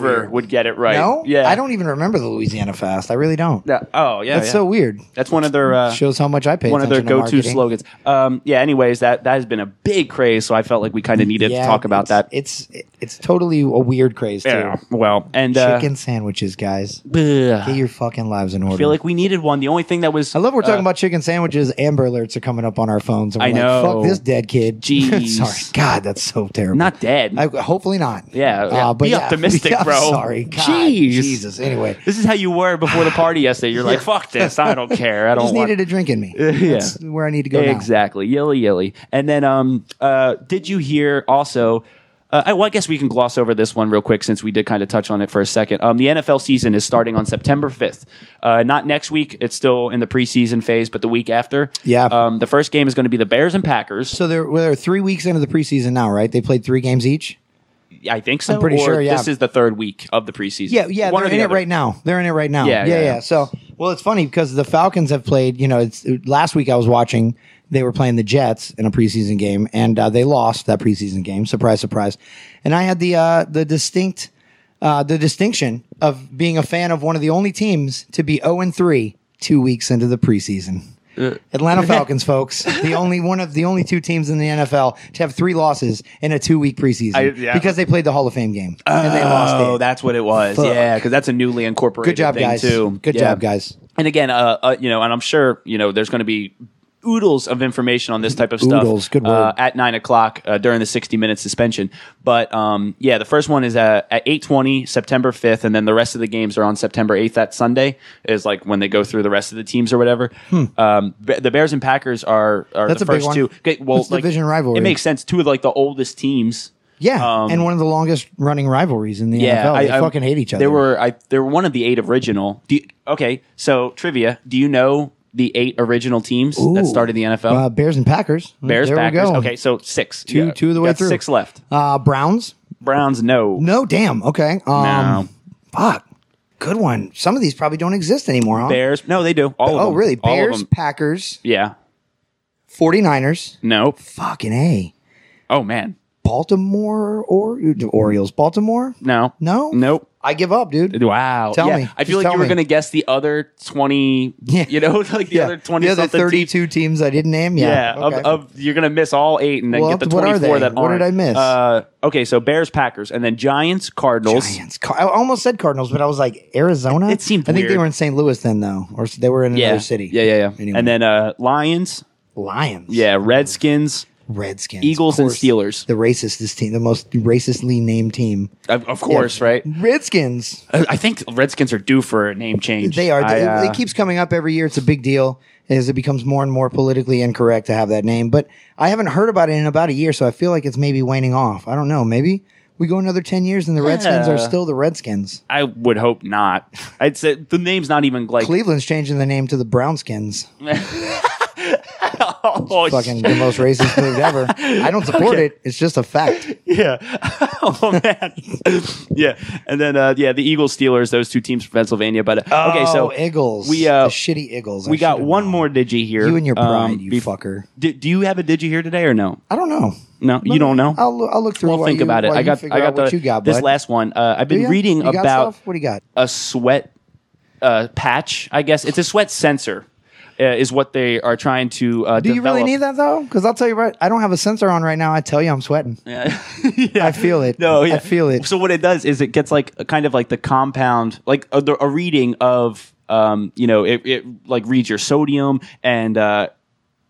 C: never
D: weird.
C: would get it right.
D: No,
C: yeah,
D: I don't even remember the Louisiana Fast. I really don't.
C: Yeah. Oh, yeah.
D: That's
C: yeah.
D: so weird.
C: That's one of their uh,
D: Shows how much I pay.
C: one of their
D: attention to
C: go-to
D: marketing.
C: slogans. Um, yeah. Anyways, that that has been a big craze, so I felt like we kind of needed
D: Yeah,
C: to talk about that.
D: it's- It's it's totally a weird craze too.
C: yeah. Well, and uh,
D: Chicken sandwiches, guys.
C: bleh.
D: Get your fucking lives in order.
C: I feel like we needed one. The only thing that was
D: I love we're talking
C: uh,
D: about chicken sandwiches. Amber alerts are coming up on our phones. And we're
C: I
D: like,
C: know.
D: Fuck this dead kid.
C: Jeez.
D: Sorry. God, that's so terrible.
C: not dead.
D: I, hopefully not.
C: yeah,
D: Uh,
C: yeah.
D: but
C: be
D: yeah,
C: optimistic,
D: yeah, I'm
C: bro.
D: Sorry. God,
C: Jeez.
D: Jesus. Anyway,
C: This is how you were before the party yesterday. You're like, fuck this. I don't care. I
D: I
C: don't
D: just
C: want
D: needed a drink in me.
C: Yeah.
D: That's where I need to go now.
C: Exactly. Yilly yilly. And then um uh did you hear also uh, I, well, I guess we can gloss over this one real quick since we did kind of touch on it for a second. Um, the NFL season is starting on September 5th. Uh, not next week. It's still in the preseason phase, but the week after.
D: Yeah.
C: Um, the first game is going to be the Bears and Packers.
D: So they're, well, they're three weeks into the preseason now, right? They played three games each.
C: I think so.
D: I'm pretty
C: or
D: sure, yeah.
C: This is the third week of the preseason.
D: Yeah, yeah,
C: One or
D: they're
C: the
D: in it
C: other.
D: right now. They're in it right now.
C: Yeah,
D: Yeah,
C: yeah,
D: yeah,
C: yeah.
D: So, well, it's funny because the Falcons have played. You know, it's last week I was watching. They were playing the Jets in a preseason game, and uh, they lost that preseason game. Surprise, surprise. And I had the uh, the distinct uh, the distinction of being a fan of one of the only teams to be zero and three two weeks into the preseason.
C: Uh.
D: Atlanta Falcons, folks, the only one of the only two teams in the NFL to have three losses in a two week preseason
C: I- yeah.
D: because they played the Hall of Fame game and they lost it.
C: Oh, that's what it was.
D: Fuck.
C: Yeah, because that's a newly incorporated
D: Good job,
C: thing
D: guys.
C: too.
D: Good
C: Yeah.
D: job, guys.
C: And again, uh, uh, you know, and I'm sure you know there's going to be oodles of information on this type of stuff.
D: Oodles, good
C: Uh,
D: word.
C: at nine o'clock uh, during the 60 minute suspension. But um, yeah, the first one is uh, at 8:20 September 5th, and then the rest of the games are on September 8th. That Sunday is like when they go through the rest of the teams or whatever. Um, Be- the Bears and Packers are are
D: Hmm. That's
C: the
D: a big
C: first
D: one.
C: two. Okay, well,
D: That's division rivalry.
C: It makes sense. Two of like the oldest teams.
D: Yeah,
C: Um,
D: and one of the longest running rivalries in the NFL. They fucking hate each other.
C: They were I they were one of the eight original. Do you- okay, so trivia. Do you know the eight original teams
D: Ooh.
C: that started the NFL?
D: uh, Bears and Packers.
C: Bears,
D: there
C: Packers.
D: We go.
C: Okay, so six.
D: two
C: Yeah,
D: two of the way
C: got
D: through.
C: Six left.
D: Uh, Browns.
C: Browns, no.
D: No, damn. Okay. Um,
C: No.
D: Fuck. Good one. Some of these probably don't exist anymore. Huh?
C: Bears, no, they do. All of
D: Oh,
C: them.
D: really?
C: All of
D: Bears,
C: them.
D: Packers,
C: Yeah.
D: 49ers.
C: No.
D: Fucking a.
C: Oh man.
D: Baltimore or the Orioles. Baltimore.
C: No.
D: No.
C: Nope.
D: I give up, dude.
C: Wow.
D: Tell
C: Yeah.
D: me.
C: I feel like
D: Just
C: you
D: tell
C: were
D: me.
C: going to guess the other 20,
D: Yeah.
C: you know, like the
D: Yeah.
C: other 20
D: the other
C: something.
D: 32 teams I didn't name.
C: Yeah,
D: Yeah. Okay.
C: of, of you're gonna miss all eight and then
D: Well,
C: get the
D: what are
C: twenty four
D: they?
C: that aren't.
D: What did I miss?
C: Uh, okay, so Bears, Packers, and then Giants, Cardinals.
D: Giants. Car- I almost said Cardinals, but I was like Arizona.
C: It seemed
D: I think they
C: weird.
D: were in St. Louis then, though, or s- they were in another
C: Yeah,
D: city.
C: Yeah, yeah, yeah.
D: Anyway.
C: And then uh, Lions.
D: Lions.
C: Yeah, Redskins,
D: Redskins.
C: Eagles,
D: of
C: and
D: course.
C: Steelers.
D: The racist this team, the most racistly named team.
C: Of, of course, right?
D: Redskins.
C: I I think Redskins are due for a name change.
D: They are.
C: I,
D: it- it,
C: uh,
D: keeps coming up every year. It's a big deal as it becomes more and more politically incorrect to have that name. But I haven't heard about it in about a year, so I feel like it's maybe waning off. I don't know. Maybe we go another 10 years and the Redskins are
C: Yeah.
D: still the Redskins.
C: I would hope not. I'd say the name's not even like.
D: Cleveland's changing the name to the Brownskins.
C: oh,
D: Fucking the most racist move ever. I don't support it. It's just a fact.
C: Yeah. oh man. yeah. And then uh, yeah, the Eagles, Steelers, those two teams from Pennsylvania. But uh, okay, so
D: Oh, Eagles.
C: we, uh,
D: the shitty Eagles. I
C: we got
D: should've
C: one
D: known.
C: more digi here.
D: You and your pride,
C: Um,
D: you
C: bef-
D: fucker.
C: Do, do you have a digi here today or no?
D: I don't know.
C: No, you don't know.
D: I'll, loo- I'll look through.
C: we'll
D: while
C: think
D: you-
C: about it.
D: while
C: I
D: you
C: got
D: figure
C: I got
D: out
C: the
D: what you got.
C: this
D: bud.
C: last one. Uh, I've
D: Do
C: been
D: ya?
C: reading
D: You got
C: about
D: stuff? what do you got?
C: a sweat uh, patch. I guess it's a sweat sensor. Uh, is what they are trying to uh,
D: Do you really
C: develop.
D: need that though? Because I'll tell you right, I don't have a sensor on right now. I tell you, I'm sweating. I feel it.
C: No, yeah.
D: I feel it.
C: So what it does is it gets like a kind of like the compound, like a, the- a reading of, um, you know, it, it like reads your sodium and. Uh,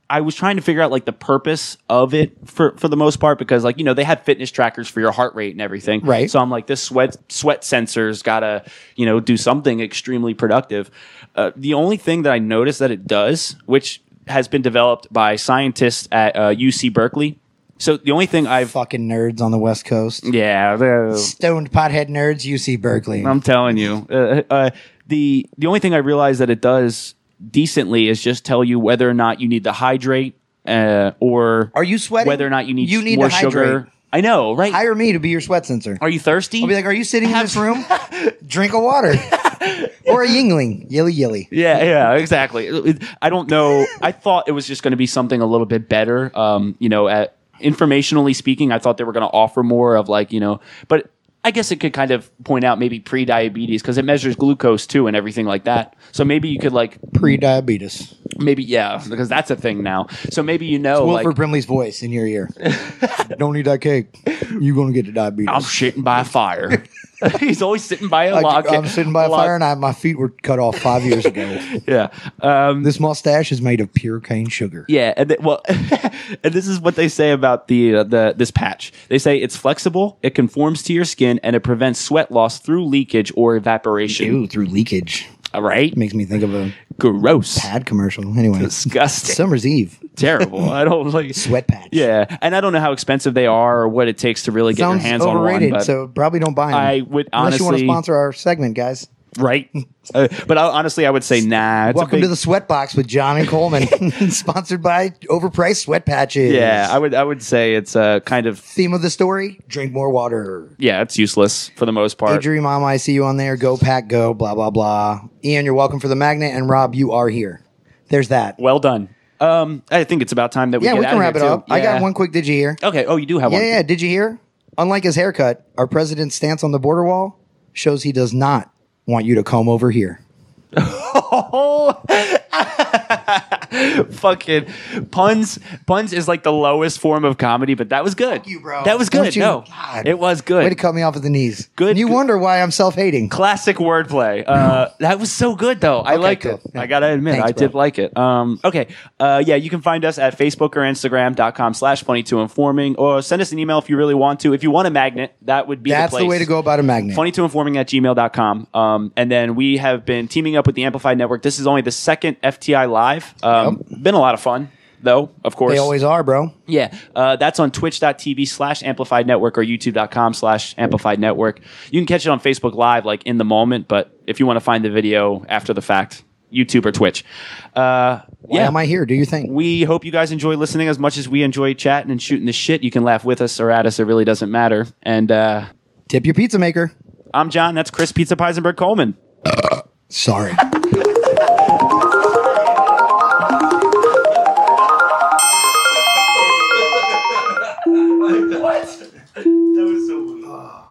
C: I was trying to figure out like the purpose of it for for the most part because like you know they have fitness trackers for your heart rate and everything.
D: Right.
C: So I'm like this sweat sweat sensor's got to you know do something extremely productive. Uh, the only thing that I noticed that it does, which has been developed by scientists at uh, UC Berkeley. So the only thing I've
D: Fucking nerds on the West Coast.
C: yeah, they're-
D: Stoned pothead nerds, UC Berkeley.
C: I'm telling you. Uh, uh, the the only thing I realize that it does decently is just tell you whether or not you need to hydrate uh, or
D: Are you sweating?
C: Whether or not you need
D: You need to
C: more
D: hydrate.
C: sugar. I know, right?
D: Hire me to be your sweat sensor.
C: are you thirsty?
D: I'll be like, are you sitting in this room? Drink a water or a Yingling. Yilly yilly.
C: yeah, yeah, exactly. It- it- I don't know. I thought it was just going to be something a little bit better. Um, you know, at, informationally speaking, I thought they were going to offer more of like you know, but I guess it could kind of point out maybe pre-diabetes because it measures glucose too and everything like that. So maybe you could like
D: Pre-diabetes.
C: Maybe yeah, because that's a thing now. So maybe you know,
D: Wilford
C: Oh, like
D: Brimley's voice in your ear. Don't eat that cake. You're gonna get the diabetes.
C: I'm shitting by a fire. He's always sitting by a
D: I-
C: log.
D: I'm sitting by a fire and I, my feet were cut off five years ago.
C: yeah, um,
D: this mustache is made of pure cane sugar.
C: yeah, and th- well, and this is what they say about the uh, the this patch. They say it's flexible, it conforms to your skin, and it prevents sweat loss through leakage or evaporation.
D: Ew, through leakage.
C: All right,
D: Makes me think of a
C: gross,
D: ad commercial. Anyway,
C: disgusting,
D: Summer's Eve
C: terrible. I don't like.
D: sweat patch.
C: Yeah, and I don't know how expensive they are or what it takes to really get
D: Sounds
C: your hands
D: overrated,
C: on one. But
D: so probably don't buy them.
C: I would
D: Unless you want to
C: honestly-
D: sponsor our segment, guys.
C: right? Uh, but I, honestly, I would say nah. It's a
D: Welcome
C: big-
D: to the Sweat Box with John and Coleman, sponsored by overpriced sweat patches.
C: Yeah, I would. I would say it's uh, kind of
D: Theme of the story: drink more water.
C: yeah, it's useless for the most part.
D: Adri, Mama, I see you on there. Go pack, go. Blah blah blah. Ian, you're welcome for the magnet, and Rob, you are here. There's that.
C: Well done. Um, I think it's about time that we
D: yeah,
C: get
D: we
C: out
D: can
C: of
D: wrap it
C: here, too.
D: up. I
C: Yeah.
D: got one quick. Did you hear?
C: Okay. Oh, you do have
D: Yeah,
C: one.
D: yeah. Did you hear? Unlike his haircut, our president's stance on the border wall shows he does not want you to come over here.
C: Oh, fucking puns. Puns is like the lowest form of comedy, but that was good.
D: you, bro.
C: That was
D: Don't
C: good.
D: you-
C: No,
D: God.
C: it was
D: Way
C: good.
D: to cut me off at the knees.
C: Good-
D: And you
C: good-
D: wonder why I'm self-hating.
C: Classic wordplay. Uh, that was so good, though. I
D: Okay,
C: liked
D: cool.
C: it.
D: Yeah.
C: I gotta admit,
D: Thanks,
C: I did
D: bro.
C: like it. Um, okay, uh, yeah, you can find us at Facebook or Instagram.com slash funny to informing, or send us an email if you really want to. If you want a magnet, that would be
D: That's
C: the,
D: the,
C: place.
D: way to go about a magnet.
C: Funny to informing at gmail.com. Um, and then we have been teaming up with the Amplified Network. This is only the second FTI Live. Um, Been a lot of fun, though, of course.
D: They always are, bro.
C: Yeah, uh, that's on twitch.tv slash amplified network or youtube.com slash amplified network. You can catch it on Facebook Live, like in the moment, but if you want to find the video after the fact, YouTube or Twitch. Uh,
D: Why
C: yeah,
D: am I here? Do you think?
C: we hope you guys enjoy listening as much as we enjoy chatting and shooting the shit. You can laugh with us or at us, it really doesn't matter. And uh,
D: Tip your pizza maker.
C: I'm John, that's Chris Pizza Peisenberg Coleman.
D: Sorry.